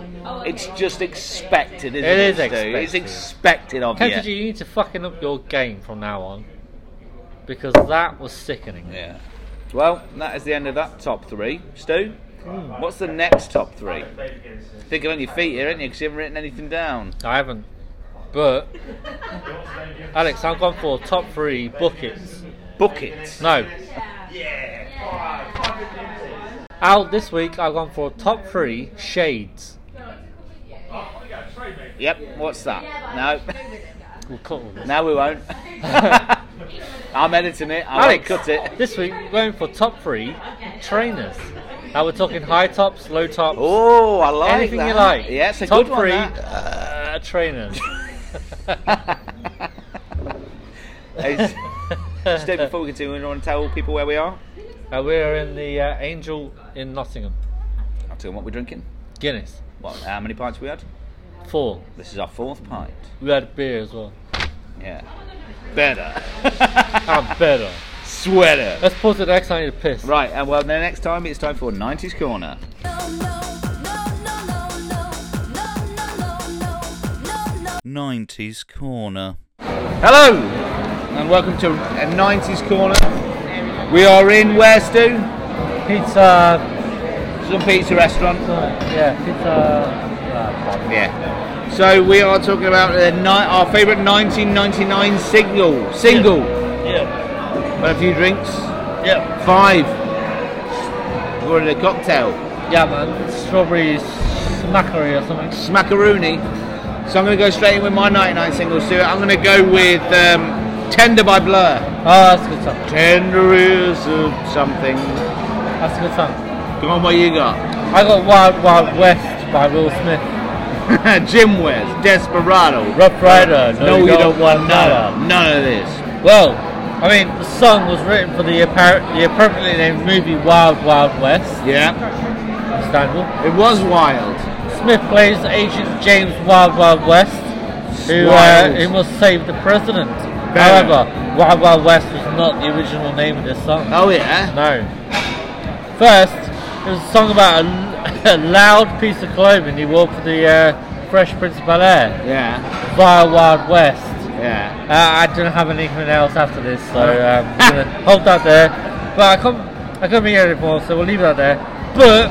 [SPEAKER 1] It's just expected, isn't
[SPEAKER 2] It
[SPEAKER 1] it?
[SPEAKER 2] is
[SPEAKER 1] Stu?
[SPEAKER 2] expected.
[SPEAKER 1] It's expected of
[SPEAKER 2] Kesaji,
[SPEAKER 1] you.
[SPEAKER 2] you need to fucking up your game from now on because that was sickening.
[SPEAKER 1] Yeah. Well, that is the end of that top three. Stu, what's the next top three? Thinking on your feet here, ain't you? Because you haven't written anything down.
[SPEAKER 2] I haven't. But, Alex, I've gone for top three buckets.
[SPEAKER 1] Buckets.
[SPEAKER 2] No. Out this week, I've gone for top three shades.
[SPEAKER 1] Yep. What's that?
[SPEAKER 2] We'll cut all
[SPEAKER 1] No.
[SPEAKER 2] this.
[SPEAKER 1] no, we won't. I'm editing it. I
[SPEAKER 2] Alex,
[SPEAKER 1] won't cut it.
[SPEAKER 2] this week we're going for top three trainers. Now we're talking high tops, low tops,
[SPEAKER 1] Oh, I like
[SPEAKER 2] anything
[SPEAKER 1] that.
[SPEAKER 2] you like.
[SPEAKER 1] Yeah, it's a
[SPEAKER 2] top
[SPEAKER 1] good one.
[SPEAKER 2] three
[SPEAKER 1] that.
[SPEAKER 2] uh, trainers.
[SPEAKER 1] Hey, Stu, before we continue, do you want to tell people where we are?
[SPEAKER 2] Uh, we're in the uh, Angel in Nottingham,
[SPEAKER 1] I'll tell you what we're drinking.
[SPEAKER 2] Guinness.
[SPEAKER 1] What? How many pints we had?
[SPEAKER 2] Four.
[SPEAKER 1] This is our fourth pint.
[SPEAKER 2] We had beer as well.
[SPEAKER 1] Yeah. Better.
[SPEAKER 2] I'm better.
[SPEAKER 1] Sweater.
[SPEAKER 2] Let's pause it next. I need to piss.
[SPEAKER 1] Right, and well, the next time it's time for 90s Corner.
[SPEAKER 4] No, no, no, no, no, no, no, no, no, no, no.
[SPEAKER 1] 90s Corner. Hello, and welcome to a 90s Corner. We are in where, Stu?
[SPEAKER 2] Pizza. uh,
[SPEAKER 1] Some pizza restaurant.
[SPEAKER 2] Yeah, uh, pizza.
[SPEAKER 1] Yeah. So we are talking about the ni- our favourite 1999 single. Single.
[SPEAKER 2] yeah.
[SPEAKER 1] Had a few drinks.
[SPEAKER 2] Yeah.
[SPEAKER 1] Five. We ordered a cocktail.
[SPEAKER 2] Yeah, man. Strawberry smackery or something.
[SPEAKER 1] Smackaroonie. So I'm going to go straight in with my 99 single, Stu. I'm going to go with um, Tender by Blur.
[SPEAKER 2] Oh, that's a good song.
[SPEAKER 1] Tender is of something.
[SPEAKER 2] That's a good song.
[SPEAKER 1] Come on, what you got?
[SPEAKER 2] I got Wild Wild West by Will Smith.
[SPEAKER 1] Jim West, Desperado.
[SPEAKER 2] Rough Rider.
[SPEAKER 1] no, you don't, want none. None of this.
[SPEAKER 2] Well, I mean, the song was written for the, appar- the appropriately named movie Wild Wild West.
[SPEAKER 1] Yeah,
[SPEAKER 2] Understandable.
[SPEAKER 1] it was wild.
[SPEAKER 2] Smith plays Agent James Wild Wild West, who uh,
[SPEAKER 1] Wild.
[SPEAKER 2] who must save the president.
[SPEAKER 1] Bad.
[SPEAKER 2] However, Wild Wild West was not the original name of this song.
[SPEAKER 1] Oh yeah.
[SPEAKER 2] No. First, it was a song about a, a loud piece of clothing he wore for the uh, Fresh Prince of Bel Air
[SPEAKER 1] Yeah,
[SPEAKER 2] via Wild West.
[SPEAKER 1] yeah.
[SPEAKER 2] Uh, I don't have anything else after this, so
[SPEAKER 1] Oh.
[SPEAKER 2] um, I'm gonna hold that there. But I can't, I couldn't hear it anymore, so we'll leave that there. But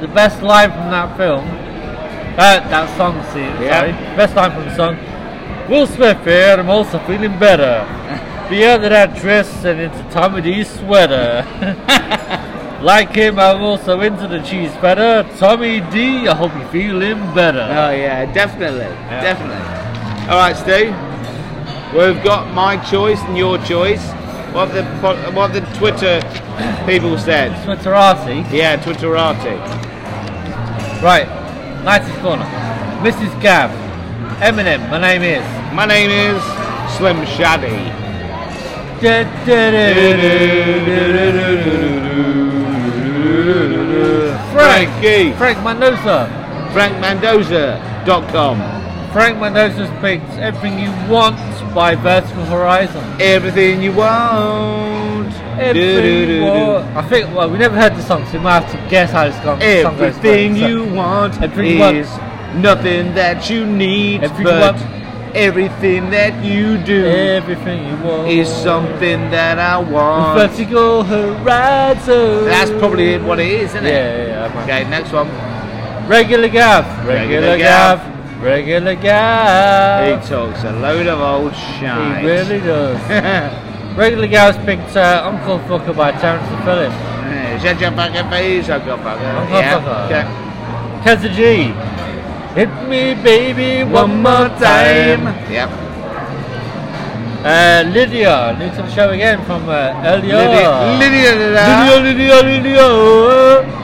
[SPEAKER 2] the best line from that film, uh, that song, see,
[SPEAKER 1] Yeah.
[SPEAKER 2] sorry, best line from the song. Will Smith here, and I'm also feeling better. Beyond that dress and into Tommy D's sweater. like him, I'm also into the cheese better. Tommy D, I hope you're feeling better.
[SPEAKER 1] Oh yeah, definitely, definitely. All right, Stu. We've got my choice and your choice. What the po- what the Twitter people said.
[SPEAKER 2] Twitterati.
[SPEAKER 1] Yeah, Twitterati.
[SPEAKER 2] Right, nicest corner. Mrs. Gav, Eminem, my name is.
[SPEAKER 1] My name is Slim Shaddy.
[SPEAKER 2] Frank,
[SPEAKER 1] Frankie.
[SPEAKER 2] Frank, my nose up.
[SPEAKER 1] frankmandoza.com.
[SPEAKER 2] Frank Mendoza speaks everything you want by Vertical Horizon.
[SPEAKER 1] Everything you want.
[SPEAKER 2] Everything
[SPEAKER 1] Do-do-do-do.
[SPEAKER 2] you want. I think well we never heard the song, so we might have to guess how this song. song goes
[SPEAKER 1] Everything
[SPEAKER 2] first, so-
[SPEAKER 1] you want
[SPEAKER 2] Everything you want.
[SPEAKER 1] is nothing that you need,
[SPEAKER 2] Everything you
[SPEAKER 1] but
[SPEAKER 2] want.
[SPEAKER 1] everything that you do
[SPEAKER 2] Everything you want
[SPEAKER 1] is something that I want.
[SPEAKER 2] Vertical Horizon.
[SPEAKER 1] That's probably what it is, isn't
[SPEAKER 2] Yeah,
[SPEAKER 1] it?
[SPEAKER 2] yeah, yeah. I might-
[SPEAKER 1] Okay, next one.
[SPEAKER 2] Regular Gav.
[SPEAKER 1] Regular
[SPEAKER 2] Regular
[SPEAKER 1] Gav.
[SPEAKER 2] Gav. Regular
[SPEAKER 1] He
[SPEAKER 2] Gav.
[SPEAKER 1] talks a load of old
[SPEAKER 2] He
[SPEAKER 1] shite.
[SPEAKER 2] really does. Regular Gav's picked uh, Uncle Fucker by Terrence and Phillips.
[SPEAKER 1] Shut your fucking face, Uncle Fucker.
[SPEAKER 2] Uncle
[SPEAKER 1] Yeah,
[SPEAKER 2] Fucker.
[SPEAKER 1] okay.
[SPEAKER 2] Keza G. Hit me, baby, one more time.
[SPEAKER 1] Yep.
[SPEAKER 2] Uh, Lydia, new to the show again from uh, earlier.
[SPEAKER 1] Lydia, Lydia,
[SPEAKER 2] Lydia, Lydia, Lydia.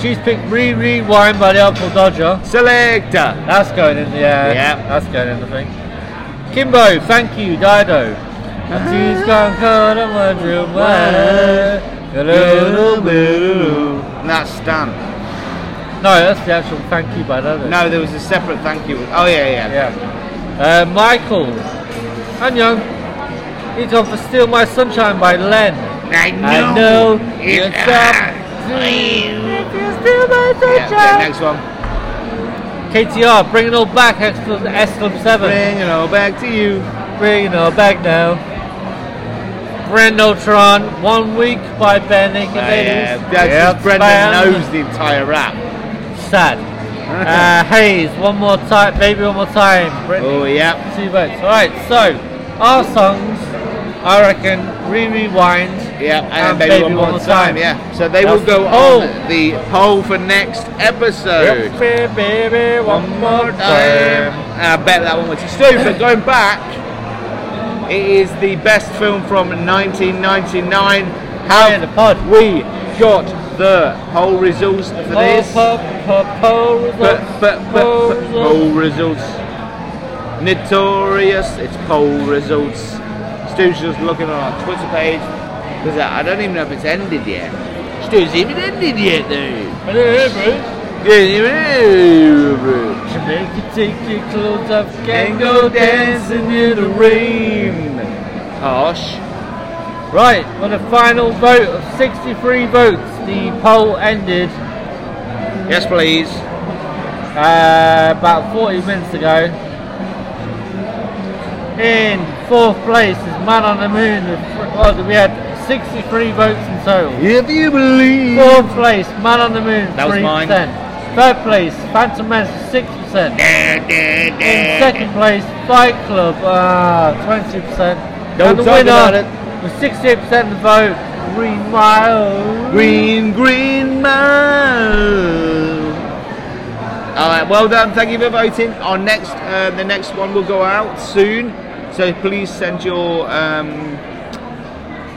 [SPEAKER 2] She's picked Re-Rewind by the Apple Dodger.
[SPEAKER 1] Selector.
[SPEAKER 2] That's going in the air.
[SPEAKER 1] Yeah.
[SPEAKER 2] That's going in the thing. Kimbo, thank you, Dido. And she's gone cold and wondering why.
[SPEAKER 1] That's Stan.
[SPEAKER 2] No, that's the actual thank you by Dido.
[SPEAKER 1] No, there was a separate thank you. Oh, yeah, yeah.
[SPEAKER 2] Yeah. Uh, Michael, I'm young. He's on for Steal My Sunshine by Len.
[SPEAKER 1] I know.
[SPEAKER 2] I know
[SPEAKER 1] It's
[SPEAKER 2] it's up to you to steal my
[SPEAKER 1] Yeah, okay,
[SPEAKER 2] sunshine.
[SPEAKER 1] next one.
[SPEAKER 2] KTR, bring it all back, X Club, S Club 7.
[SPEAKER 1] Bring it all back to you.
[SPEAKER 2] Bring it all back now. Brendotron, One Week by Ben Nick
[SPEAKER 1] Uh,
[SPEAKER 2] and
[SPEAKER 1] yeah,
[SPEAKER 2] Ladies.
[SPEAKER 1] that's
[SPEAKER 2] Yep,
[SPEAKER 1] just Brendan
[SPEAKER 2] bam.
[SPEAKER 1] knows the entire rap.
[SPEAKER 2] Sad. uh, Hayes, One More Time, Baby One More Time. Brendan
[SPEAKER 1] Oh, yeah.
[SPEAKER 2] Two votes. Alright, so our songs, I reckon, re rewind.
[SPEAKER 1] Yeah, and, maybe one more time. Yeah, so they
[SPEAKER 2] That's
[SPEAKER 1] will go
[SPEAKER 2] the poll.
[SPEAKER 1] on the poll for next episode.
[SPEAKER 2] Baby, baby, one more time.
[SPEAKER 1] Um, I bet that one was a stew, but going back, it is the best film from 1999. How
[SPEAKER 2] Yeah, the pod.
[SPEAKER 1] we got the whole results for this.
[SPEAKER 2] Oh, Pop, pop, pop,
[SPEAKER 1] But,
[SPEAKER 2] results,
[SPEAKER 1] but, but,
[SPEAKER 2] poll
[SPEAKER 1] but,
[SPEAKER 2] results.
[SPEAKER 1] poll results. Notorious, it's poll results. Stu's just looking on our Twitter page because I I don't even know if it's ended yet. Stu's even ended yet, though.
[SPEAKER 2] Hey, Bruce.
[SPEAKER 1] Didn't even know.
[SPEAKER 2] Make you take your clothes off,
[SPEAKER 1] and go dancing in the rain. Harsh.
[SPEAKER 2] Right, on a final vote of 63 votes, the poll ended
[SPEAKER 1] Yes, please.
[SPEAKER 2] uh, about 40 minutes ago. In fourth place is Man on the Moon. with th- Well, we had 63 votes in total.
[SPEAKER 1] If you believe.
[SPEAKER 2] Fourth place, Man on the Moon,
[SPEAKER 1] That was
[SPEAKER 2] 3%.
[SPEAKER 1] mine.
[SPEAKER 2] Third place, Phantom Menace, 6%. In second place, Fight Club, ah, 20%.
[SPEAKER 1] Don't
[SPEAKER 2] and the
[SPEAKER 1] talk
[SPEAKER 2] winner,
[SPEAKER 1] about it.
[SPEAKER 2] with 68% of the vote, Green Mile.
[SPEAKER 1] Green, green mile. All right, well done. Thank you for voting. Our next, uh, the next one will go out soon. So please send your um,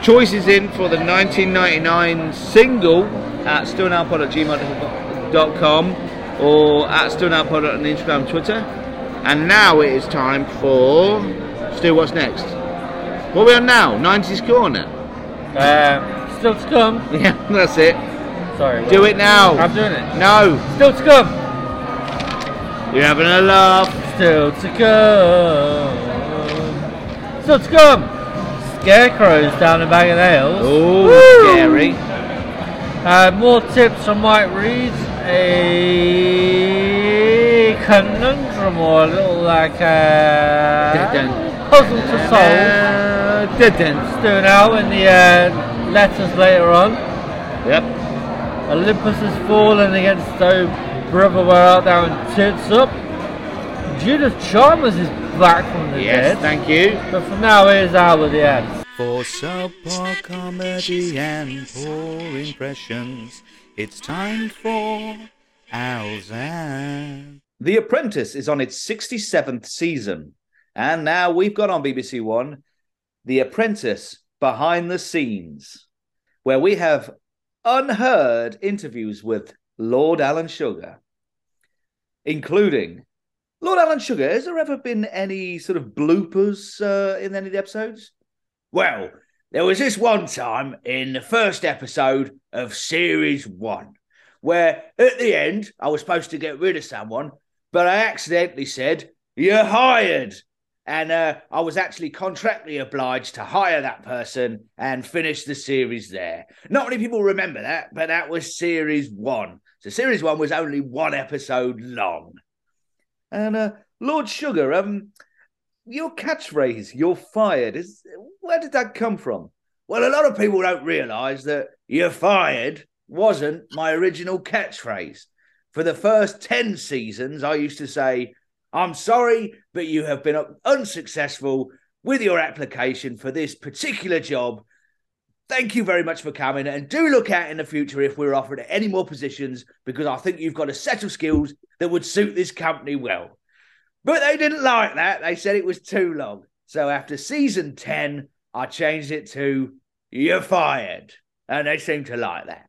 [SPEAKER 1] choices in for the 1999 single at stonedpod at gmail.com or at stonedpod on Instagram, Twitter. And now it is time for Stu. What's next? What are we on now? 90s Corner.
[SPEAKER 2] Um, still to come.
[SPEAKER 1] Yeah, that's it.
[SPEAKER 2] Sorry.
[SPEAKER 1] Do it
[SPEAKER 2] wait.
[SPEAKER 1] now.
[SPEAKER 2] I'm doing it.
[SPEAKER 1] No,
[SPEAKER 2] Still to come.
[SPEAKER 1] you're having a laugh.
[SPEAKER 2] Still to come. Still to come. Scarecrows down in Bag of Nails.
[SPEAKER 1] Oh,
[SPEAKER 2] Woo!
[SPEAKER 1] scary.
[SPEAKER 2] Uh, more tips from Mike Reed. A conundrum or a little like a
[SPEAKER 1] Dun-dun.
[SPEAKER 2] puzzle to solve.
[SPEAKER 1] Uh, didn't.
[SPEAKER 2] Still now in the uh, letters later on.
[SPEAKER 1] Yep.
[SPEAKER 2] Olympus has fallen against Oh Brother Where Art Thou and Tits Up. Judith Chalmers is back from the
[SPEAKER 1] Yes,
[SPEAKER 2] dead.
[SPEAKER 1] thank you.
[SPEAKER 2] But for now, here's out with the ads.
[SPEAKER 5] For subpar comedy and poor impressions, it's time for Al's Ad.
[SPEAKER 6] The Apprentice is on its 67th season. And now we've got on BBC One The Apprentice Behind the Scenes, where we have unheard interviews with Lord Alan Sugar, including Lord Alan Sugar. Has there ever been any sort of bloopers uh, in any of the episodes? Well, there was this one time in the first episode of series one where at the end I was supposed to get rid of someone, but I accidentally said, You're hired. And uh, I was actually contractually obliged to hire that person and finish the series there. Not many people remember that, but that was series one. So series one was only one episode long. And uh, Lord Sugar, um, your catchphrase "You're fired" is where did that come from? Well, a lot of people don't realise that "You're fired" wasn't my original catchphrase. For the first ten seasons, I used to say, "I'm sorry, but you have been unsuccessful with your application for this particular job." Thank you very much for coming, and do look out in the future if we're offered any more positions because I think you've got a set of skills that would suit this company well. But they didn't like that. They said it was too long. So after season 10, I changed it to You're Fired. And they seemed to like that.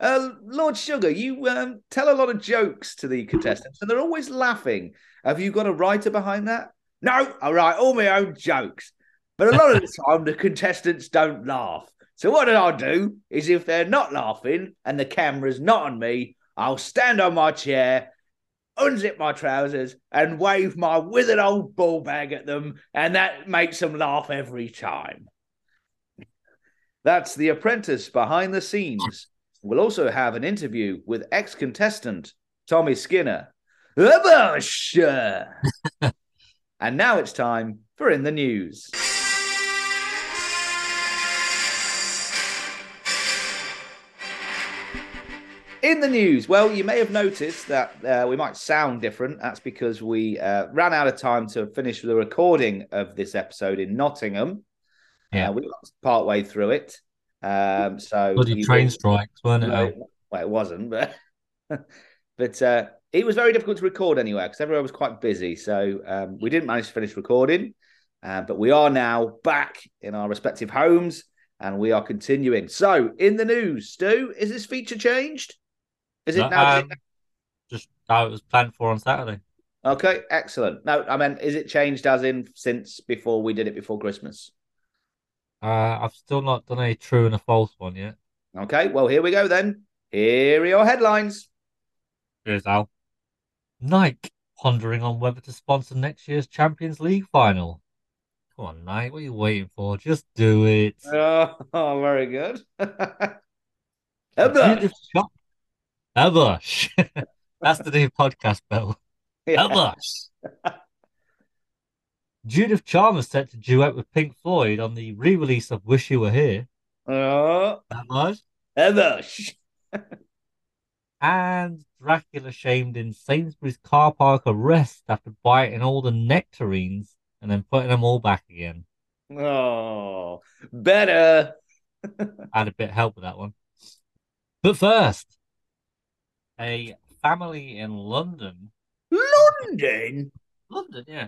[SPEAKER 6] Uh, Lord Sugar, you um, tell a lot of jokes to the contestants, and they're always laughing. Have you got a writer behind that? No, I write all my own jokes. But a lot of the time, the contestants don't laugh. So what did I do is if they're not laughing and the camera's not on me, I'll stand on my chair unzip my trousers and wave my withered old ball bag at them, and that makes them laugh every time. That's The Apprentice behind the scenes. We'll also have an interview with ex contestant Tommy Skinner. The Bush! and now it's time for In the News. In the news, well, you may have noticed that uh, we might sound different. That's because we uh, ran out of time to finish the recording of this episode in Nottingham.
[SPEAKER 2] Yeah.
[SPEAKER 6] Uh, we got part way through it. Um, so
[SPEAKER 2] Bloody
[SPEAKER 6] you
[SPEAKER 2] train
[SPEAKER 6] will-
[SPEAKER 2] strikes, weren't it?
[SPEAKER 6] no,
[SPEAKER 2] Al?
[SPEAKER 6] it- well, it wasn't, but but uh, it was very difficult to record anyway because everyone was quite busy. So um, we didn't manage to finish recording, uh, but we are now back in our respective homes and we are continuing. So in the news, Stu, is this feature changed? Is it
[SPEAKER 2] No,
[SPEAKER 6] now?
[SPEAKER 2] um, just how it was planned for on Saturday.
[SPEAKER 6] okay, excellent. No, I mean, is it changed as in since before we did it before Christmas?
[SPEAKER 2] Uh, I've still not done a true and a false one yet.
[SPEAKER 6] Okay, well here we go then. Here are your headlines.
[SPEAKER 2] Here's Al. Nike pondering on whether to sponsor next year's Champions League final. Come on, Nike, what are you waiting for? Just do it.
[SPEAKER 6] Oh, very good.
[SPEAKER 2] Beautiful shop. Abush. That's the new podcast, Bill.
[SPEAKER 6] Yeah.
[SPEAKER 2] Abush. Judith Chalmers set to duet with Pink Floyd on the re release of Wish You Were Here.
[SPEAKER 6] Oh,
[SPEAKER 2] Abush.
[SPEAKER 6] ever.
[SPEAKER 2] And Dracula shamed in Sainsbury's car park arrest after biting all the nectarines and then putting them all back again.
[SPEAKER 6] Oh, better.
[SPEAKER 2] I had a bit of help with that one. But first, a family in London
[SPEAKER 6] London.
[SPEAKER 2] London, yeah.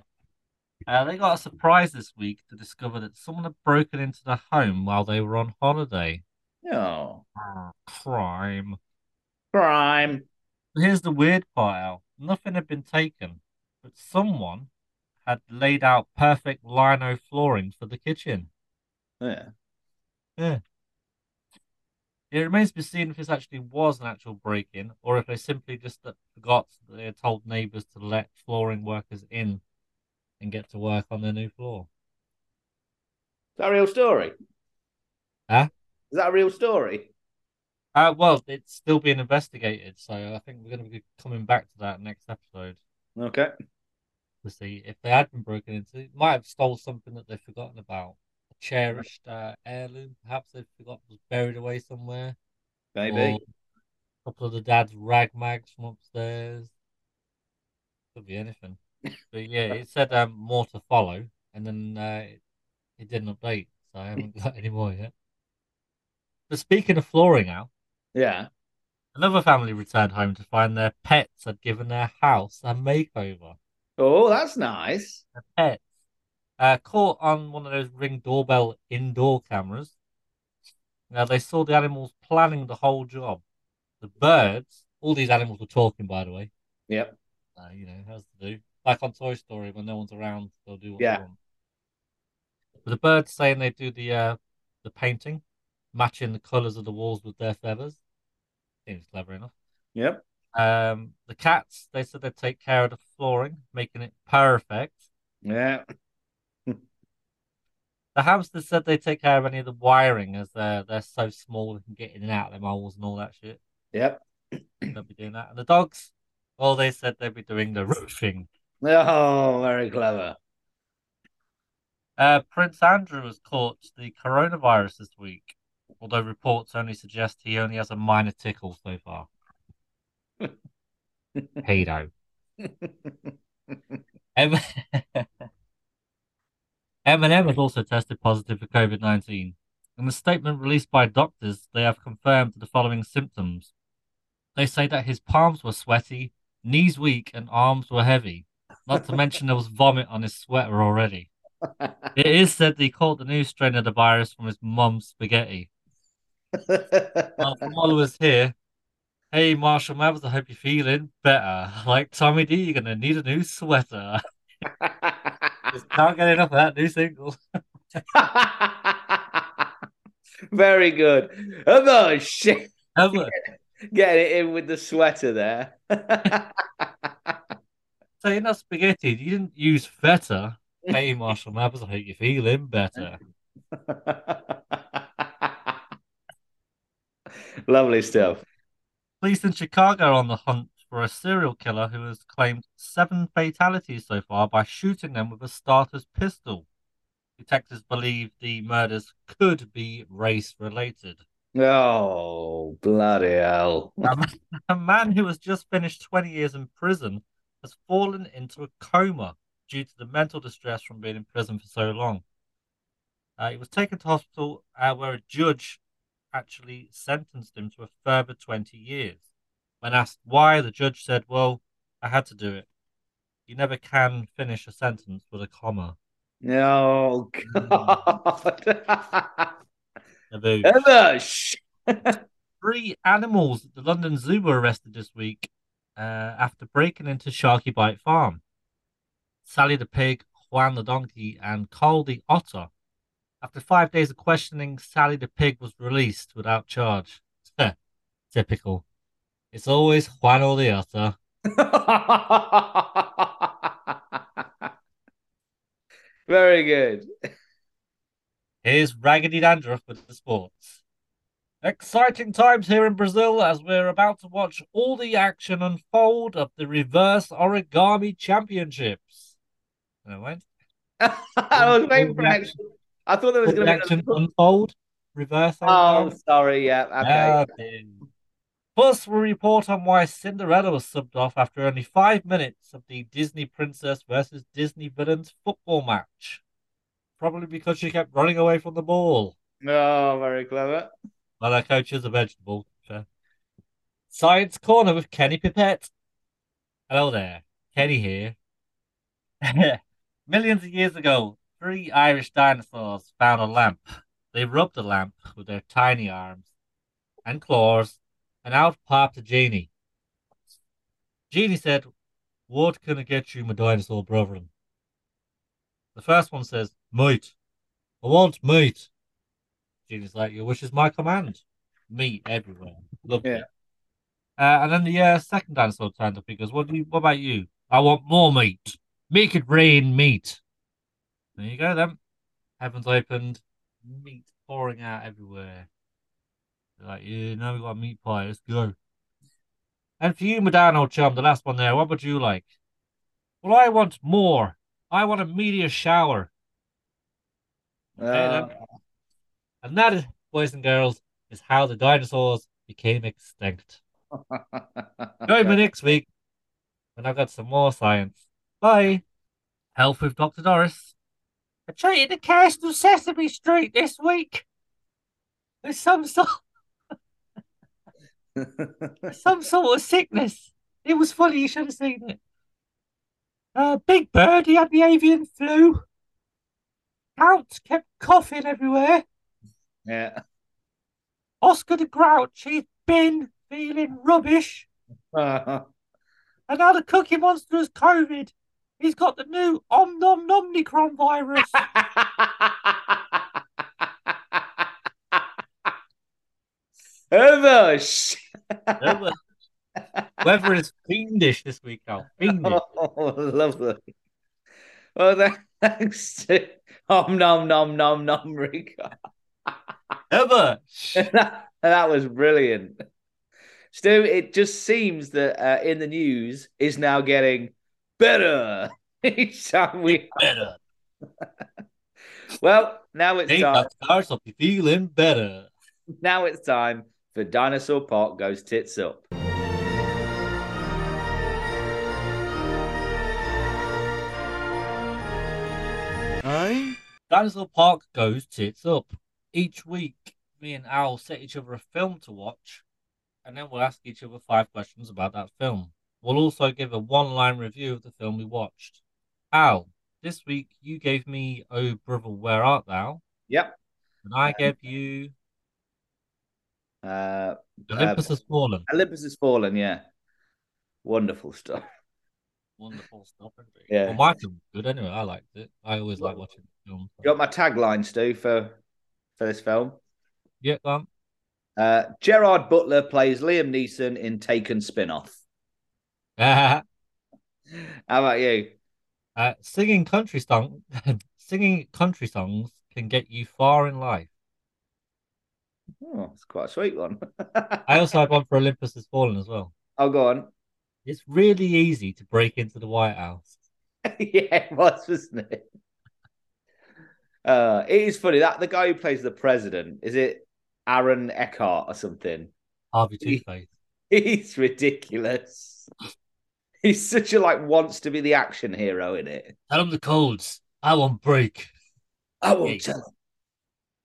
[SPEAKER 2] Uh, they got a surprise this week to discover that someone had broken into their home while they were on holiday.
[SPEAKER 6] Oh,
[SPEAKER 2] Brr, Crime.
[SPEAKER 6] crime.
[SPEAKER 2] But here's the weird part, Al. Nothing had been taken, but someone had laid out perfect lino flooring for the kitchen.
[SPEAKER 6] Yeah.
[SPEAKER 2] It remains to be seen if this actually was an actual break in or if they simply just uh, forgot that they had told neighbours to let flooring workers in and get to work on their new floor.
[SPEAKER 6] Is that a real story?
[SPEAKER 2] Huh?
[SPEAKER 6] Is that a real story?
[SPEAKER 2] Uh, well, it's still being investigated, so I think we're going to be coming back to that next episode
[SPEAKER 6] Okay.
[SPEAKER 2] to see if they had been broken into. It might have stole something that they've forgotten about, a cherished uh, heirloom, perhaps they've forgot was buried away somewhere,
[SPEAKER 6] Maybe.
[SPEAKER 2] or a couple of the dad's rag mags from upstairs. Could be anything, but yeah, it said um, more to follow, and then uh, it, it didn't update, so I haven't got any more yet. But speaking of flooring, Al.
[SPEAKER 6] Yeah.
[SPEAKER 2] Another family returned home to find their pets had given their house a makeover.
[SPEAKER 6] Oh, that's nice.
[SPEAKER 2] Their pets uh, caught on one of those ring doorbell indoor cameras. Now they saw the animals planning the whole job. The birds, all these animals were talking, by the way.
[SPEAKER 6] Yep.
[SPEAKER 2] Uh, you know, how's to do. Like on Toy Story, when no one's around, they'll do what
[SPEAKER 6] Yeah.
[SPEAKER 2] they want. But the birds saying they do the uh, the painting, matching the colours of the walls with their feathers. Seems clever enough.
[SPEAKER 6] Yep.
[SPEAKER 2] Um, the cats, they said they'd take care of the flooring, making it perfect.
[SPEAKER 6] Yeah.
[SPEAKER 2] The hamsters said they take care of any of the wiring as they're they're so small we can get in and out of them holes and all that shit.
[SPEAKER 6] Yep.
[SPEAKER 2] They'll be doing that. And the dogs, well, they said they'd be doing the roofing.
[SPEAKER 6] Oh, very clever.
[SPEAKER 2] Uh, Prince Andrew was caught the coronavirus this week, although reports only suggest he only has a minor tickle so far. Pedo. Em- Eminem has also tested positive for COVID 19. In a statement released by doctors, they have confirmed the following symptoms. They say that his palms were sweaty, knees weak, and arms were heavy. Not to mention, there was vomit on his sweater already. It is said that he caught the new strain of the virus from his mum's spaghetti. Our followers here. Hey, Marshall Mathers, I hope you're feeling better. Like Tommy D, you're going to need a new sweater. Just can't get enough of that new single.
[SPEAKER 6] Very good. Oh, shit.
[SPEAKER 2] Ever.
[SPEAKER 6] Getting it in with the sweater there.
[SPEAKER 2] So you're not spaghetti. You didn't use feta. Hey, Marshall Mathers, I hope you're feeling better.
[SPEAKER 6] Lovely stuff.
[SPEAKER 2] Police in Chicago are on the hunt for a serial killer who has claimed seven fatalities so far by shooting them with a starter's pistol. Detectives believe the murders could be race related.
[SPEAKER 6] Oh, bloody hell.
[SPEAKER 2] A man who has just finished 20 years in prison has fallen into a coma due to the mental distress from being in prison for so long. Uh, he was taken to hospital uh, where a judge actually sentenced him to a further 20 years. When asked why, the judge said, Well, I had to do it. You never can finish a sentence with a comma.
[SPEAKER 6] Oh, God.
[SPEAKER 2] Taboo.
[SPEAKER 6] Ever shit.
[SPEAKER 2] Three animals at the London Zoo were arrested this week uh, after breaking into Sharky Bite Farm. Sally the pig, Juan the donkey, and Cole the otter. After five days of questioning, Sally the pig was released without charge. Typical. It's always Juan or the otter.
[SPEAKER 6] Very good.
[SPEAKER 2] Here's Raggedy Dandruff with the sports. Exciting times here in Brazil as we're about to watch all the action unfold of the Reverse Origami Championships. Never mind.
[SPEAKER 6] I was waiting for an
[SPEAKER 2] Reaction.
[SPEAKER 6] action. I thought there was
[SPEAKER 2] All the
[SPEAKER 6] going to
[SPEAKER 2] action
[SPEAKER 6] be. a-
[SPEAKER 2] unfold. Reverse
[SPEAKER 6] Oh,
[SPEAKER 2] origami.
[SPEAKER 6] sorry. Yeah. Okay.
[SPEAKER 2] Okay. Plus, we report on why Cinderella was subbed off after only five minutes of the Disney princess versus Disney villains football match. Probably because she kept running away from the ball.
[SPEAKER 6] Oh, very clever.
[SPEAKER 2] Well, our coach is a vegetable. so. Science Corner with Kenny Pipette. Hello there. Kenny here. Millions of years ago, three Irish dinosaurs found a lamp. They rubbed the lamp with their tiny arms and claws, and out popped a genie. Genie said, What can I get you, my dinosaur brethren? The first one says, Meat. I want meat. Genie's like, Your wish is my command. Meat everywhere. Love
[SPEAKER 6] Yeah.
[SPEAKER 2] it. Uh, and then the uh, second dinosaur turned up. He goes, what, do you, what about you? I want more meat. Make it rain meat. There you go, then. Heaven's opened. Meat pouring out everywhere. They're like, Yeah, now we got a meat pie. Let's go. And for you, Madame old chum, the last one there, what would you like? Well, I want more. I want a meteor shower. Okay, then.
[SPEAKER 6] Uh,
[SPEAKER 2] And that, is, boys and girls, is how the dinosaurs became extinct.
[SPEAKER 6] Oh.
[SPEAKER 2] Join me next week when I've got some more science. Bye. Health with Dr. Doris. I treated the cast of Sesame Street this week. There's some sort, some sort of sickness. It was funny. You should have seen it. Uh, Big Bird, he had the avian flu. Count kept coughing everywhere.
[SPEAKER 6] yeah.
[SPEAKER 2] Oscar the Grouch, he's been feeling rubbish.
[SPEAKER 6] Uh,
[SPEAKER 2] And now the Cookie Monster has COVID. He's got the new Om Nom Nomnicron virus.
[SPEAKER 6] Ever shit.
[SPEAKER 2] No, but- Weather is fiendish this week, Al. Fiendish.
[SPEAKER 6] Oh, lovely. Well, tha- thanks to Om Nom Nom Nom Nom Rico.
[SPEAKER 2] Ever.
[SPEAKER 6] that, that was brilliant. Stu, it just seems that uh, in the news is now getting better each time we.
[SPEAKER 2] Better.
[SPEAKER 6] Well, now it's
[SPEAKER 2] Take
[SPEAKER 6] time.
[SPEAKER 2] that scars up. You're feeling better.
[SPEAKER 6] Now it's time for Dinosaur Park Goes Tits Up.
[SPEAKER 7] Aye?
[SPEAKER 2] Dinosaur Park goes tits up. Each week, me and Al set each other a film to watch, and then we'll ask each other five questions about that film. We'll also give a one line review of the film we watched. Al, this week you gave me Oh Brother, Where Art Thou?
[SPEAKER 6] Yep.
[SPEAKER 2] And I gave you
[SPEAKER 6] Uh,
[SPEAKER 2] Olympus Has Fallen.
[SPEAKER 6] Olympus Has Fallen, yeah. Wonderful stuff.
[SPEAKER 2] Wonderful stuff, isn't it?
[SPEAKER 6] Yeah.
[SPEAKER 2] Well, my film was good anyway. I liked it. I always like watching films.
[SPEAKER 6] You got my tagline, Stu, for, for this film?
[SPEAKER 2] Yeah, go on.
[SPEAKER 6] Uh, Gerard Butler plays Liam Neeson in Taken spin off. How about you?
[SPEAKER 2] Uh, singing country song, singing country songs can get you far in life.
[SPEAKER 6] Oh, it's quite a sweet one.
[SPEAKER 2] I also have one for Olympus Has Fallen as well.
[SPEAKER 6] oh, go on.
[SPEAKER 2] It's really easy to break into the White House.
[SPEAKER 6] yeah, it was, wasn't it? Uh, it is funny that the guy who plays the president is it Aaron Eckhart or something?
[SPEAKER 2] Harvey Two-Face.
[SPEAKER 6] He's ridiculous. He's such a like wants to be the action hero in it.
[SPEAKER 2] Tell him the codes. I won't break.
[SPEAKER 6] I
[SPEAKER 2] Yeah.
[SPEAKER 6] won't tell him.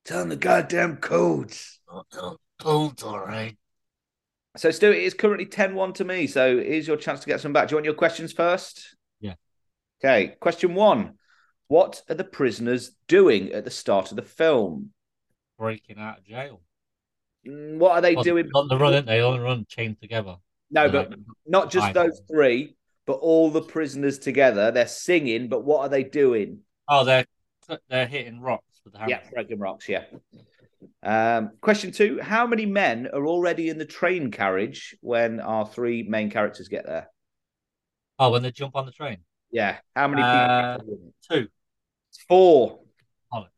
[SPEAKER 6] Tell him the goddamn codes.
[SPEAKER 2] I'll tell 'em codes, all right.
[SPEAKER 6] So, Stuart, it is currently 10 1 to me. So, here's your chance to get some back. Do you want your questions first?
[SPEAKER 2] Yeah.
[SPEAKER 6] Okay. Question one What are the prisoners doing at the start of the film?
[SPEAKER 2] Breaking out of jail.
[SPEAKER 6] Mm, What are they
[SPEAKER 2] On-
[SPEAKER 6] doing?
[SPEAKER 2] on the run, aren't they? On the run, chained together. Uh,
[SPEAKER 6] No,
[SPEAKER 2] They're
[SPEAKER 6] but
[SPEAKER 2] like-
[SPEAKER 6] not just
[SPEAKER 2] Right.
[SPEAKER 6] those three, but all the prisoners together. They're singing, but what are they doing?
[SPEAKER 2] oh, they're they're hitting rocks with the hammer.
[SPEAKER 6] Yeah, broken rocks. Yeah. Um, question two How many men are already in the train carriage when our three main characters get there?
[SPEAKER 2] Oh, when they jump on the train.
[SPEAKER 6] Yeah. How many
[SPEAKER 2] Uh,
[SPEAKER 6] people?
[SPEAKER 2] Two.
[SPEAKER 6] Four.
[SPEAKER 2] Bollocks.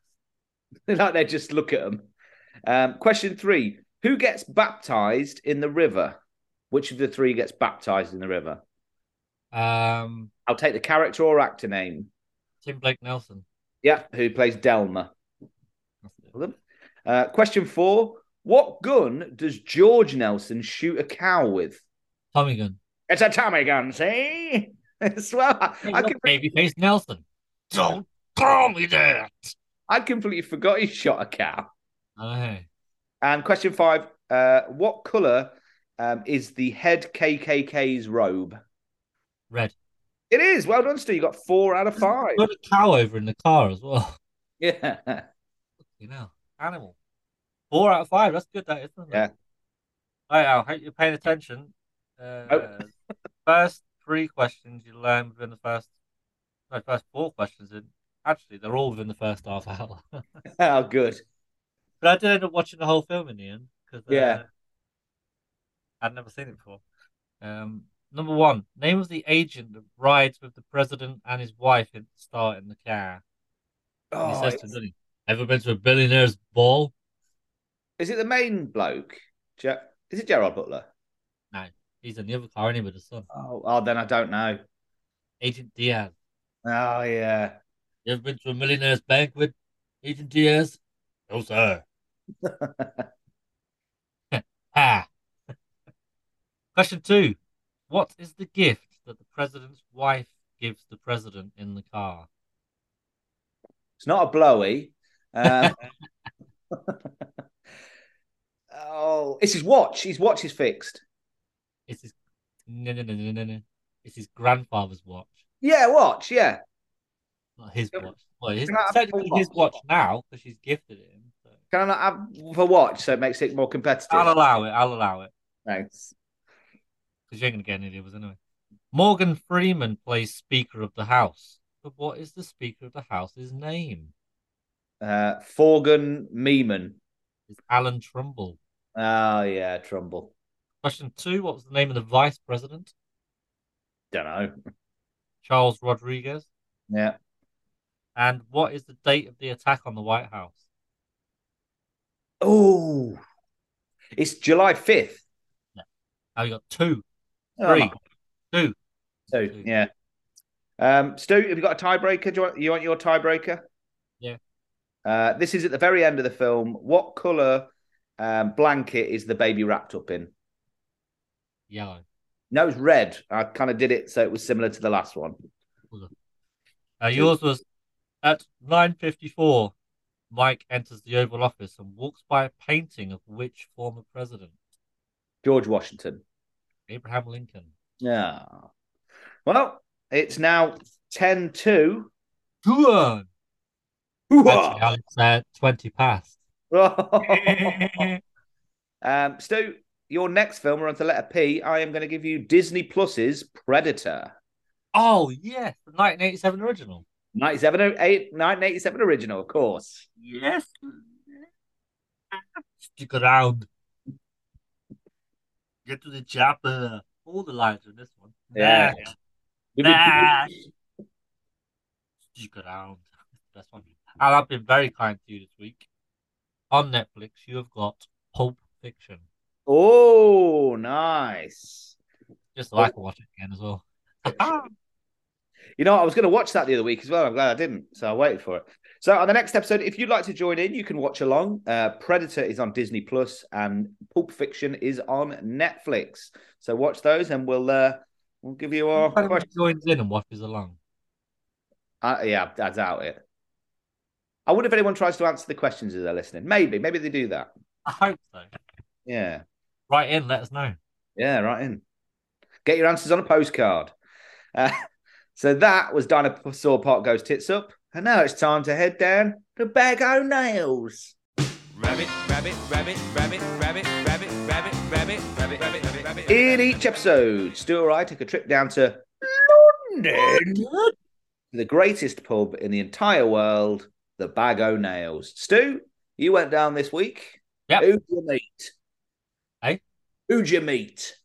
[SPEAKER 6] like they just look at them. Um, question three: Who gets baptized in the river? Which of the three gets baptized in the river?
[SPEAKER 2] Um,
[SPEAKER 6] I'll take the character or actor name.
[SPEAKER 2] Tim Blake Nelson.
[SPEAKER 6] Yeah, who plays Delma?
[SPEAKER 2] That's it.
[SPEAKER 6] Uh, question four: What gun does George Nelson shoot a cow with?
[SPEAKER 2] Tommy Gun.
[SPEAKER 6] It's a Tommy gun. See, well, I, com-
[SPEAKER 2] Babyface Nelson. Don't call me that.
[SPEAKER 6] I completely forgot he shot a cow.
[SPEAKER 2] Aye.
[SPEAKER 6] And question five: uh, What color um, is the head KKK's robe?
[SPEAKER 2] Red.
[SPEAKER 6] It is. Well done, Stu. You got four out of five.
[SPEAKER 2] Put a cow over in the car as well.
[SPEAKER 6] Yeah.
[SPEAKER 2] You know, animal. Four out of five. That's good, that isn't it?
[SPEAKER 6] Yeah.
[SPEAKER 2] Right, Al. Hope you're paying attention. Uh, First three questions you learn within the first, no, first four questions. In actually, they're all within the first half hour. but
[SPEAKER 6] Oh, good.
[SPEAKER 2] I did end up watching the whole film in the end because
[SPEAKER 6] Yeah.
[SPEAKER 2] I'd never seen it before. Um, number one, name of the agent that rides with the president and his wife at the start in the car. And he
[SPEAKER 6] Oh,
[SPEAKER 2] says to Billy, "Ever been to a billionaire's ball?"
[SPEAKER 6] is it the main bloke? Ge- is it Gerard Butler?
[SPEAKER 2] He's in the other car, anyway, with his son,
[SPEAKER 6] Oh, oh, then I don't know.
[SPEAKER 2] Agent Diaz.
[SPEAKER 6] Oh, yeah.
[SPEAKER 2] You ever been to a millionaire's banquet, Agent Diaz? No, sir. ha. Question two. What is the gift that the president's wife gives the president in the car?
[SPEAKER 6] It's not a blowy. Um, oh, it's his watch. His watch is fixed.
[SPEAKER 2] It's his no no no no no no. It's his grandfather's watch.
[SPEAKER 6] Yeah, watch. Yeah.
[SPEAKER 2] Not his
[SPEAKER 6] Can-
[SPEAKER 2] watch. Well, his,
[SPEAKER 6] can I have
[SPEAKER 2] technically
[SPEAKER 6] my
[SPEAKER 2] his watch
[SPEAKER 6] watch?
[SPEAKER 2] now, because she's gifted it him. So.
[SPEAKER 6] Can I not have the watch so it makes it more competitive?
[SPEAKER 2] I'll allow it. I'll allow it.
[SPEAKER 6] Thanks.
[SPEAKER 2] because you ain't gonna get any of us anyway. Morgan Freeman plays Speaker of the House, but what is the Speaker of the House's name?
[SPEAKER 6] Uh, Forgan Meeman.
[SPEAKER 2] It's Alan Trumbull.
[SPEAKER 6] Oh, yeah, Trumbull.
[SPEAKER 2] Question two What was the name of the vice president?
[SPEAKER 6] Don't know.
[SPEAKER 2] Charles Rodriguez.
[SPEAKER 6] Yeah.
[SPEAKER 2] And what is the date of the attack on the White House?
[SPEAKER 6] Oh, it's July fifth.
[SPEAKER 2] Oh, you got two,
[SPEAKER 6] Oh,
[SPEAKER 2] three, two.
[SPEAKER 6] So
[SPEAKER 2] Two.
[SPEAKER 6] yeah. Um, Stu, have you got a tiebreaker? Do you want, you want your tiebreaker?
[SPEAKER 2] Yeah.
[SPEAKER 6] Uh, this is at the very end of the film. What color um, blanket is the baby wrapped up in?
[SPEAKER 2] Yellow.
[SPEAKER 6] No, it's red. I kind of did it so it was similar to the last one.
[SPEAKER 2] Uh, yours was at 9.54, Mike enters the Oval Office and walks by a painting of which former president?
[SPEAKER 6] George Washington.
[SPEAKER 2] Abraham Lincoln.
[SPEAKER 6] Yeah. Well, it's now 10 2.
[SPEAKER 2] Two on. Actually, Alex, uh, 20 past.
[SPEAKER 6] Oh. um, Stu, your next film, we're on to letter P. I am going to give you Disney Plus's Predator.
[SPEAKER 2] oh, yes. The 1987 original.
[SPEAKER 6] 97, 1987 original, of course.
[SPEAKER 2] Yes. Stick around. Get to the chopper. All the lines in this one.
[SPEAKER 6] Yeah.
[SPEAKER 2] Nah. Nah. Stick around. That's one. And I've been very kind to you this week. On Netflix, you have got Pulp Fiction.
[SPEAKER 6] Oh, nice.
[SPEAKER 2] Just so I can watch it again as well.
[SPEAKER 6] You know, I was going to watch that the other week as well. I'm glad I didn't. So I waited for it. So on the next episode, if you'd like to join in, you can watch along. Uh, Predator is on Disney Plus and Pulp Fiction is on Netflix. So watch those and we'll uh, we'll give you our
[SPEAKER 2] Everybody
[SPEAKER 6] question.
[SPEAKER 2] joins in and watches along.
[SPEAKER 6] Uh, yeah, I doubt it. I wonder if anyone tries to answer the questions as they're listening. Maybe, maybe they do that.
[SPEAKER 2] I hope so.
[SPEAKER 6] Yeah.
[SPEAKER 2] Right in, let us know.
[SPEAKER 6] Yeah, right in. Get your answers on a postcard. Uh, so that was Dinosaur Park Goes Tits Up. And now it's time to head down to Bag O' Nails.
[SPEAKER 5] Rabbit, rabbit, rabbit, rabbit, rabbit, rabbit, rabbit, rabbit, rabbit, rabbit, rabbit, rabbit.
[SPEAKER 6] In each episode, Stu or I took a trip down to London, the greatest pub in the entire world, the Bag O' Nails. Stu, you went down this week.
[SPEAKER 2] Yep.
[SPEAKER 6] Who'd you meet?
[SPEAKER 2] Eh?
[SPEAKER 6] Who'd you meet?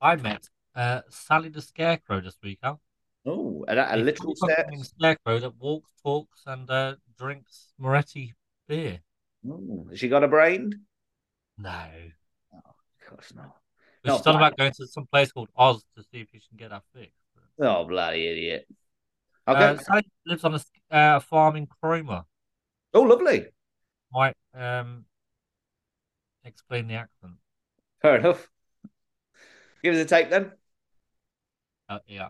[SPEAKER 2] I met uh, Sally the Scarecrow this week, Al.
[SPEAKER 6] Oh, a, a
[SPEAKER 2] He's
[SPEAKER 6] literal
[SPEAKER 2] got
[SPEAKER 6] step.
[SPEAKER 2] something Scarecrow that walks, talks, and uh, drinks Moretti beer.
[SPEAKER 6] Ooh, has she got a brain?
[SPEAKER 2] No.
[SPEAKER 6] Of course not.
[SPEAKER 2] But
[SPEAKER 6] No,
[SPEAKER 2] she's done
[SPEAKER 6] why?
[SPEAKER 2] about going to some place called Oz to see if she can get that fixed.
[SPEAKER 6] Oh, bloody idiot. Okay.
[SPEAKER 2] Uh, Sally lives on a s- uh, farm in Cromer.
[SPEAKER 6] oh, lovely.
[SPEAKER 2] Might um, explain the accent.
[SPEAKER 6] Fair enough. Give us a take then.
[SPEAKER 2] Uh, yeah.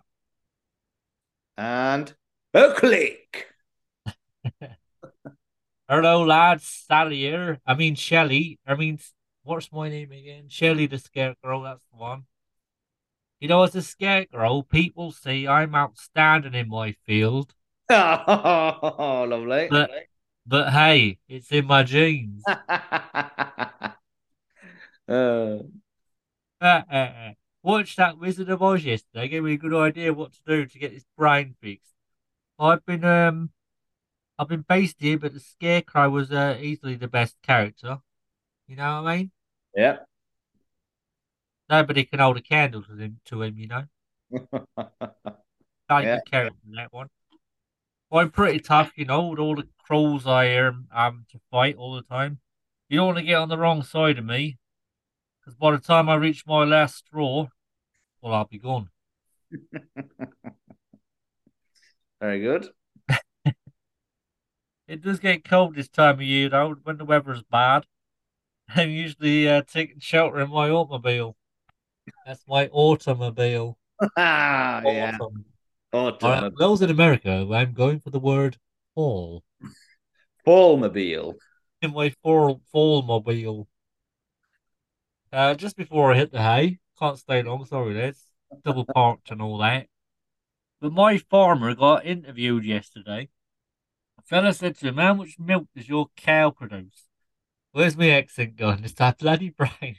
[SPEAKER 6] And a click.
[SPEAKER 2] Hello, lads. Sally here. I mean, Shelley. I mean, s- what's my name again? Shelley the Scarecrow. That's the one. You know, as a scarecrow, people say I'm outstanding in my field.
[SPEAKER 6] Oh, lovely.
[SPEAKER 2] But- But hey, it's in my jeans.
[SPEAKER 6] Uh,
[SPEAKER 2] Uh, uh, uh. Watched that Wizard of Oz yesterday. Gave me a good idea what to do to get this brain fixed. I've been um, I've been based here, but the Scarecrow was uh, easily the best character. You know what I mean?
[SPEAKER 6] yeah.
[SPEAKER 2] Nobody can hold a candle to him. To him, you know. Can't
[SPEAKER 6] Yeah.
[SPEAKER 2] even carry on that one. I'm pretty tough, you know, with all the crows I um, um to fight all the time. You don't want to get on the wrong side of me, because by the time I reach my last straw, well, I'll be gone.
[SPEAKER 6] Very good.
[SPEAKER 2] It does get cold this time of year, though, when the weather is bad. I'm usually uh, taking shelter in my automobile. That's my automobile.
[SPEAKER 6] Ah, yeah.
[SPEAKER 2] Autumn. All right,
[SPEAKER 6] Autumn.
[SPEAKER 2] for those in America, I'm going for the word fall
[SPEAKER 6] Fallmobile.
[SPEAKER 2] in my fall fall mobile. Uh, just before I hit the hay, can't stay long. Sorry, that's double parked and all that. But my farmer got interviewed yesterday. A fella said to him, "How much milk does your cow produce?" Where's my accent gone? It's that bloody brain.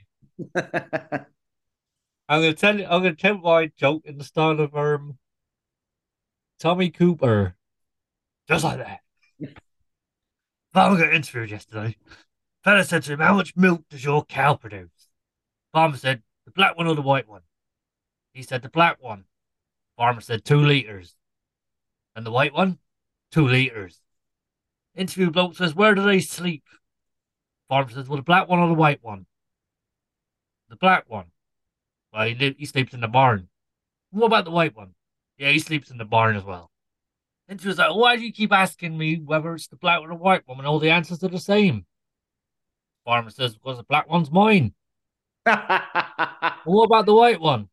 [SPEAKER 2] I'm gonna tell you. I'm gonna tell my joke in the style of um, Tommy Cooper, just like that. Farmer got interviewed yesterday. Fella said to him, How much milk does your cow produce? Farmer said, the black one or the white one? He said, the black one. Farmer said, two litres. And the white one? Two litres. Interview bloke says, where do they sleep? Farmer says, well, the black one or the white one? The black one. Well, he, li- he sleeps in the barn. What about the white one? Yeah, he sleeps in the barn as well. And she was like, Why do you keep asking me whether it's the black or the white one when all the answers are the same? Farmer says, Because the black one's mine. "Well, what about the white one?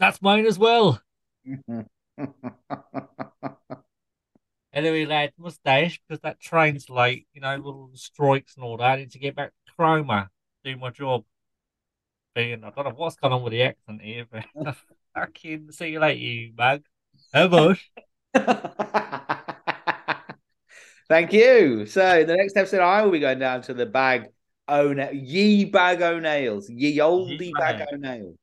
[SPEAKER 2] That's mine as well. Anyway, lad, mustache, because that train's late, you know, little strikes and all that. I need to get back to Chroma, do my job. Being, I don't know what's going on with the accent here, but fucking see you later, you mug. Hey, bush.
[SPEAKER 6] Thank you. So the next episode, I will be going down to the bag o' na- ye bag o' nails, ye
[SPEAKER 2] Ye
[SPEAKER 6] oldie
[SPEAKER 2] bag.
[SPEAKER 6] bag o' nails.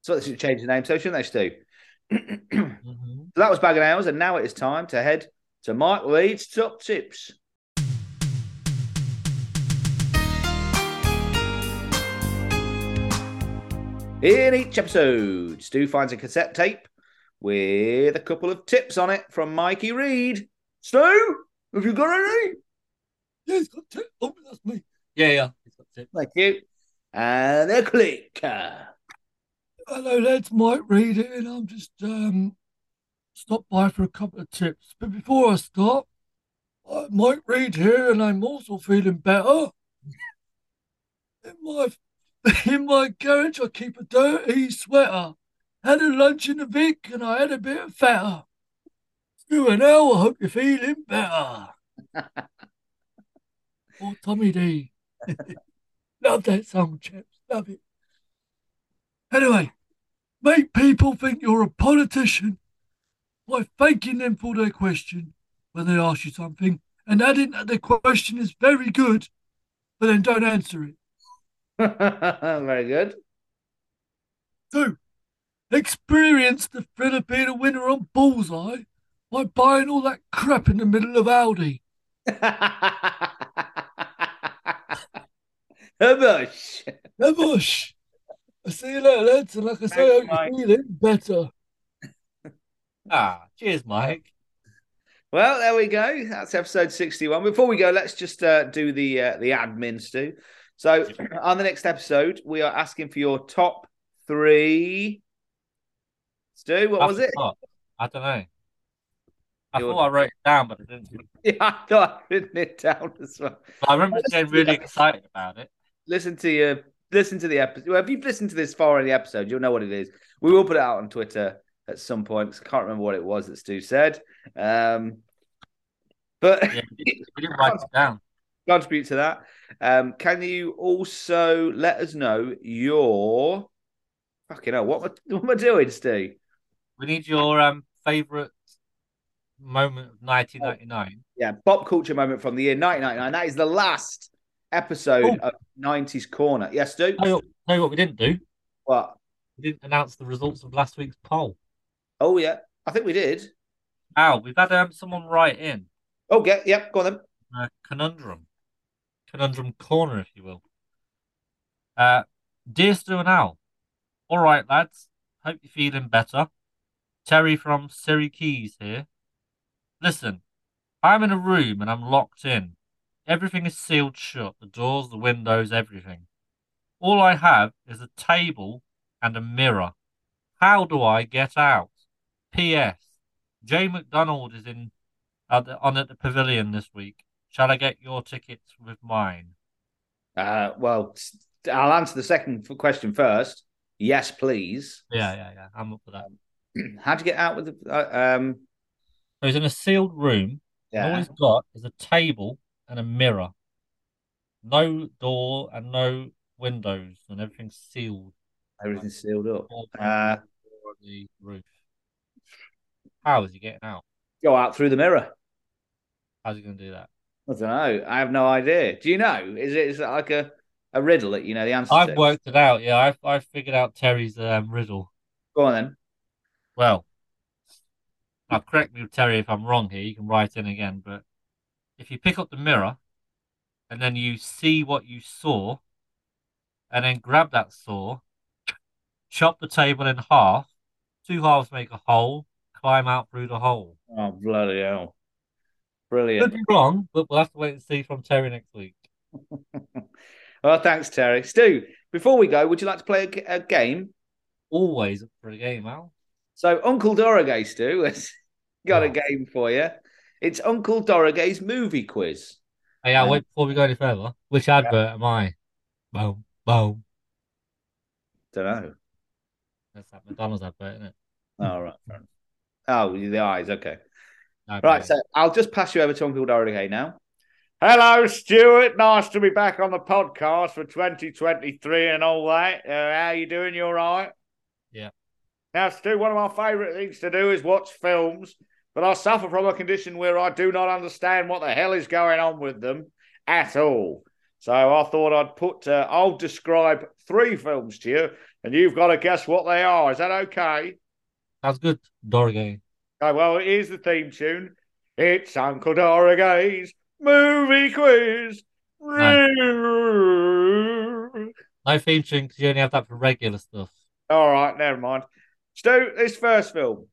[SPEAKER 6] So they should change the name, so shouldn't they, Stu? so
[SPEAKER 2] Mhm.
[SPEAKER 6] that was bag o' nails, and now it is time to head to Mike Leeds top tips. In each episode, Stu finds a cassette tape with a couple of tips on it from Mikey Reed. Stu, have you got any?
[SPEAKER 2] Yeah, he's got two. Oh, that's me. Yeah, yeah, he's got two.
[SPEAKER 6] Thank you. And a click.
[SPEAKER 2] Hello, lads. Mike Reed here, and I'm just um stopped by for a couple of tips. But before I start, i Mike Reed here, and I'm also feeling better. In my in my garage, I keep a dirty sweater. Had a lunch in the Vic, and I had a bit of fatter. You and now, I hope you're feeling better. oh, Tommy D. Love that song, chaps. Love it. Anyway, make people think you're a politician by thanking them for their question when they ask you something and adding that their question is very good, but then don't answer it.
[SPEAKER 6] Very good.
[SPEAKER 2] Two, experience the Filipino winner on Bullseye by buying all that crap in the middle of Aldi.
[SPEAKER 6] Hubush.
[SPEAKER 2] Nebush! I see you later, lads. And like I say,
[SPEAKER 6] Thanks,
[SPEAKER 2] I hope you're feeling better. Ah, cheers, Mike.
[SPEAKER 6] Well, there we go. That's episode 61. Before we go, let's just uh, do the uh, the admin, Stu. So, on the next episode, we are asking for your top three. Stu, what was it?
[SPEAKER 2] I don't know.
[SPEAKER 6] I Your- thought
[SPEAKER 2] I wrote it down, but I didn't.
[SPEAKER 6] Yeah, I thought I'd written it down as well.
[SPEAKER 2] I remember
[SPEAKER 6] getting really
[SPEAKER 2] excited about it.
[SPEAKER 6] listen to your listen to the episode. Well, if you've listened to this far in the episode, you'll know what it is. We will put it out on Twitter at some point. 'cause I can't remember what it was that Stu said. Um, but
[SPEAKER 2] we didn't
[SPEAKER 6] write
[SPEAKER 2] it down.
[SPEAKER 6] contribute to that. Um, can you also let us know your fucking hell? What am I, what am I doing, Stu?
[SPEAKER 2] We need your um favorite moment of 1999.
[SPEAKER 6] Yeah, pop culture moment from the year 1999. That is the last episode of 90s Corner. Yes, Stu.
[SPEAKER 2] Tell you, what, tell you what, we didn't do.
[SPEAKER 6] What?
[SPEAKER 2] We didn't announce the results of last week's poll.
[SPEAKER 6] Oh yeah, I think we did.
[SPEAKER 2] Al, we've had um someone write in
[SPEAKER 6] Oh yeah, yep. Go on then.
[SPEAKER 2] a uh, conundrum, conundrum corner, if you will. Uh, dear Stu and Al, all right, lads. Hope you're feeling better. Terry from Surrey Keys here. Listen, I'm in a room and I'm locked in. Everything is sealed shut the doors, the windows, everything. All I have is a table and a mirror. How do I get out? P.S. Jay McDonald is in at the, on at the pavilion this week. Shall I get your tickets with mine?
[SPEAKER 6] Uh, well, s- I'll answer the second f- question first. Yes, please.
[SPEAKER 2] Yeah, yeah, yeah. I'm up for that.
[SPEAKER 6] How'd you get out with the? Uh, um,
[SPEAKER 2] So he's in a sealed room. and All
[SPEAKER 6] yeah.
[SPEAKER 2] he's got is a table and a mirror. No door and no windows, and everything's sealed.
[SPEAKER 6] everything's sealed up.
[SPEAKER 2] All
[SPEAKER 6] Uh,
[SPEAKER 2] over the roof. How is he getting out?
[SPEAKER 6] Go out through the mirror.
[SPEAKER 2] How's he going to do that?
[SPEAKER 6] I don't know. I have no idea. Do you know? Is it is it like a, a riddle that you know the answer?
[SPEAKER 2] I've
[SPEAKER 6] to?
[SPEAKER 2] worked it out. Yeah, I've I've figured out Terry's um, riddle.
[SPEAKER 6] Go on then.
[SPEAKER 2] Well, now correct me, Terry, if I'm wrong here. You can write in again, but if you pick up the mirror and then you see what you saw, and then grab that saw, chop the table in half. Two halves make a hole. Climb out through the hole.
[SPEAKER 6] Oh, bloody hell.
[SPEAKER 2] Could
[SPEAKER 6] Brilliant.
[SPEAKER 2] be wrong, but we'll have to wait and see from Terry next week.
[SPEAKER 6] Well, thanks, Terry. Stu, before we go, would you like to play a g- a, game?
[SPEAKER 2] Always up for the game, Al.
[SPEAKER 6] So, Uncle Dorogay, Stu, has got a
[SPEAKER 2] Yeah.
[SPEAKER 6] game for you. It's Uncle Dorogay's movie quiz.
[SPEAKER 2] Hey, Al,
[SPEAKER 6] Yeah.
[SPEAKER 2] wait before we go any further. Which advert am I? Boom, boom.
[SPEAKER 6] Don't know.
[SPEAKER 2] That's that McDonald's advert, isn't it?
[SPEAKER 6] All right. Oh, the eyes. Okay.
[SPEAKER 2] No,
[SPEAKER 6] Right.
[SPEAKER 2] no.
[SPEAKER 6] So I'll just pass you over to Uncle Dorogay now. Hello, Stuart. Nice to be back on the podcast for 2023 and all that. Uh, how you doing? You all right?
[SPEAKER 2] Yeah.
[SPEAKER 6] Now, Stu, one of my favourite things to do is watch films, but I suffer from a condition where I do not understand what the hell is going on with them at all. So I thought I'd put, uh, I'll describe three films to you, and you've got to guess what they are. Is that okay?
[SPEAKER 2] Sounds good. Dorgay.
[SPEAKER 6] Okay, Uh, well, here's the theme tune. It's Uncle Dorogay's movie quiz.
[SPEAKER 2] No theme tune because you only have that for regular stuff.
[SPEAKER 6] All right, never mind. Stu, this first film,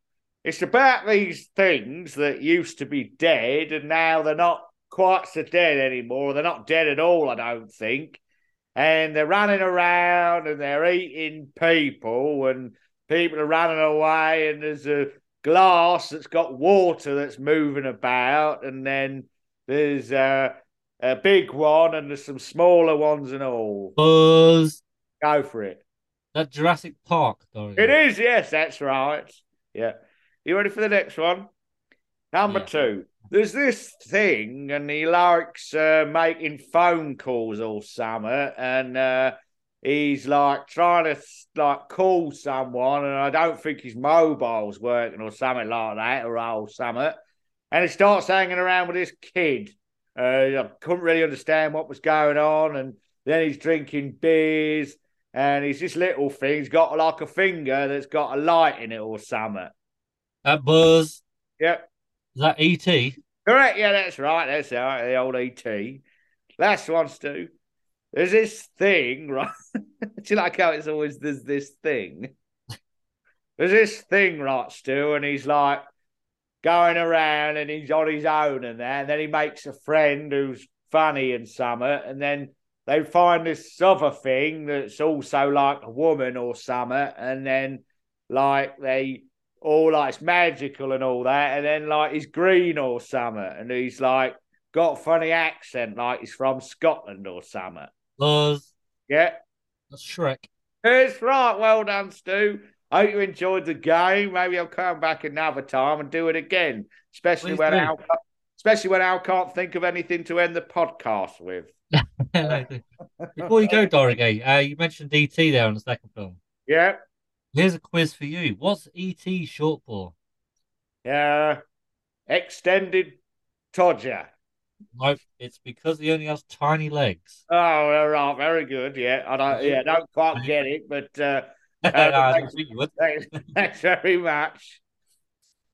[SPEAKER 6] it's about these things that used to be dead and now they're not quite so dead anymore. They're not dead at all, I don't think. And they're running around and they're eating people and people are running away and there's a glass that's got water that's moving about and then there's a, a big one and there's some smaller ones and all.
[SPEAKER 2] Buzz.
[SPEAKER 6] Go for it.
[SPEAKER 2] That Jurassic Park, Dorgay.
[SPEAKER 6] It is, yes, that's right. Yeah. You ready for the next one? Number
[SPEAKER 2] Yeah.
[SPEAKER 6] two. There's this thing, and he likes uh, making phone calls all summer, and uh, he's like trying to like call someone, and I don't think his mobile's working or something like that, or all summer. And he starts hanging around with this kid. Uh, I couldn't really understand what was going on, and then he's drinking beers, and he's this little thing. He's got like a finger that's got a light in it or something.
[SPEAKER 2] That Buzz.
[SPEAKER 6] Yep.
[SPEAKER 2] Is that E E.T.?
[SPEAKER 6] Correct. Yeah, that's right. That's all right. The old ET. Last one, Stu. There's this thing, right? Do you like how it's always there's this thing? There's this thing, right, Stu, and he's like going around and he's on his own and that. And then he makes a friend who's funny and summer, and then they find this other thing that's also like a woman or summer, and then like they all like it's magical and all that, and then like he's green or summer, and he's like got a funny accent, like he's from Scotland or summer.
[SPEAKER 2] Buzz.
[SPEAKER 6] Yeah,
[SPEAKER 2] That's Shrek.
[SPEAKER 6] that's right. Well done, Stu. Hope you enjoyed the game. Maybe I'll come back another time and do it again, especially
[SPEAKER 2] Please
[SPEAKER 6] when
[SPEAKER 2] do.
[SPEAKER 6] Al, can't- especially when Al can't think of anything to end the podcast with.
[SPEAKER 2] Before you go, Dorgay, uh, you mentioned E.T. there on the second film.
[SPEAKER 6] Yeah,
[SPEAKER 2] Here's a quiz for you. What's E.T. short for?
[SPEAKER 6] yeah. Extended Todger.
[SPEAKER 2] Nope. It's because he only has tiny legs.
[SPEAKER 6] Oh, all right, very good. Yeah, I don't. Yeah, don't quite get it, but. Uh,
[SPEAKER 2] No, I
[SPEAKER 6] Uh,
[SPEAKER 2] didn't
[SPEAKER 6] thanks.
[SPEAKER 2] think you would.
[SPEAKER 6] Thanks, thanks very much.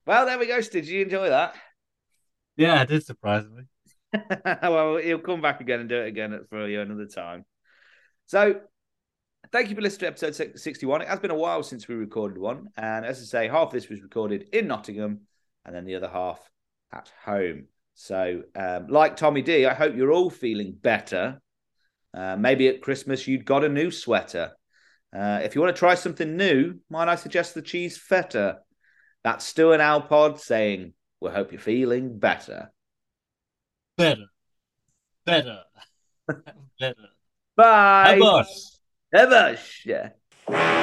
[SPEAKER 6] Well, there we go, Stu. Did you enjoy that?
[SPEAKER 2] Yeah, it did surprise me.
[SPEAKER 6] well, he'll come back again and do it again for you another time. So, thank you for listening to episode six- 61. It has been a while since we recorded one. And as I say, half of this was recorded in Nottingham and then the other half at home. So, um, like Tommy D, I hope you're all feeling better. Uh, maybe at Christmas you'd got a new sweater. Uh, if you want to try something new, might I suggest the cheese feta? That's Stu and Al Pod saying, We hope you're feeling better.
[SPEAKER 2] Better. Better. Better.
[SPEAKER 6] Bye.
[SPEAKER 2] Hey, boss.
[SPEAKER 6] Ever. Yeah.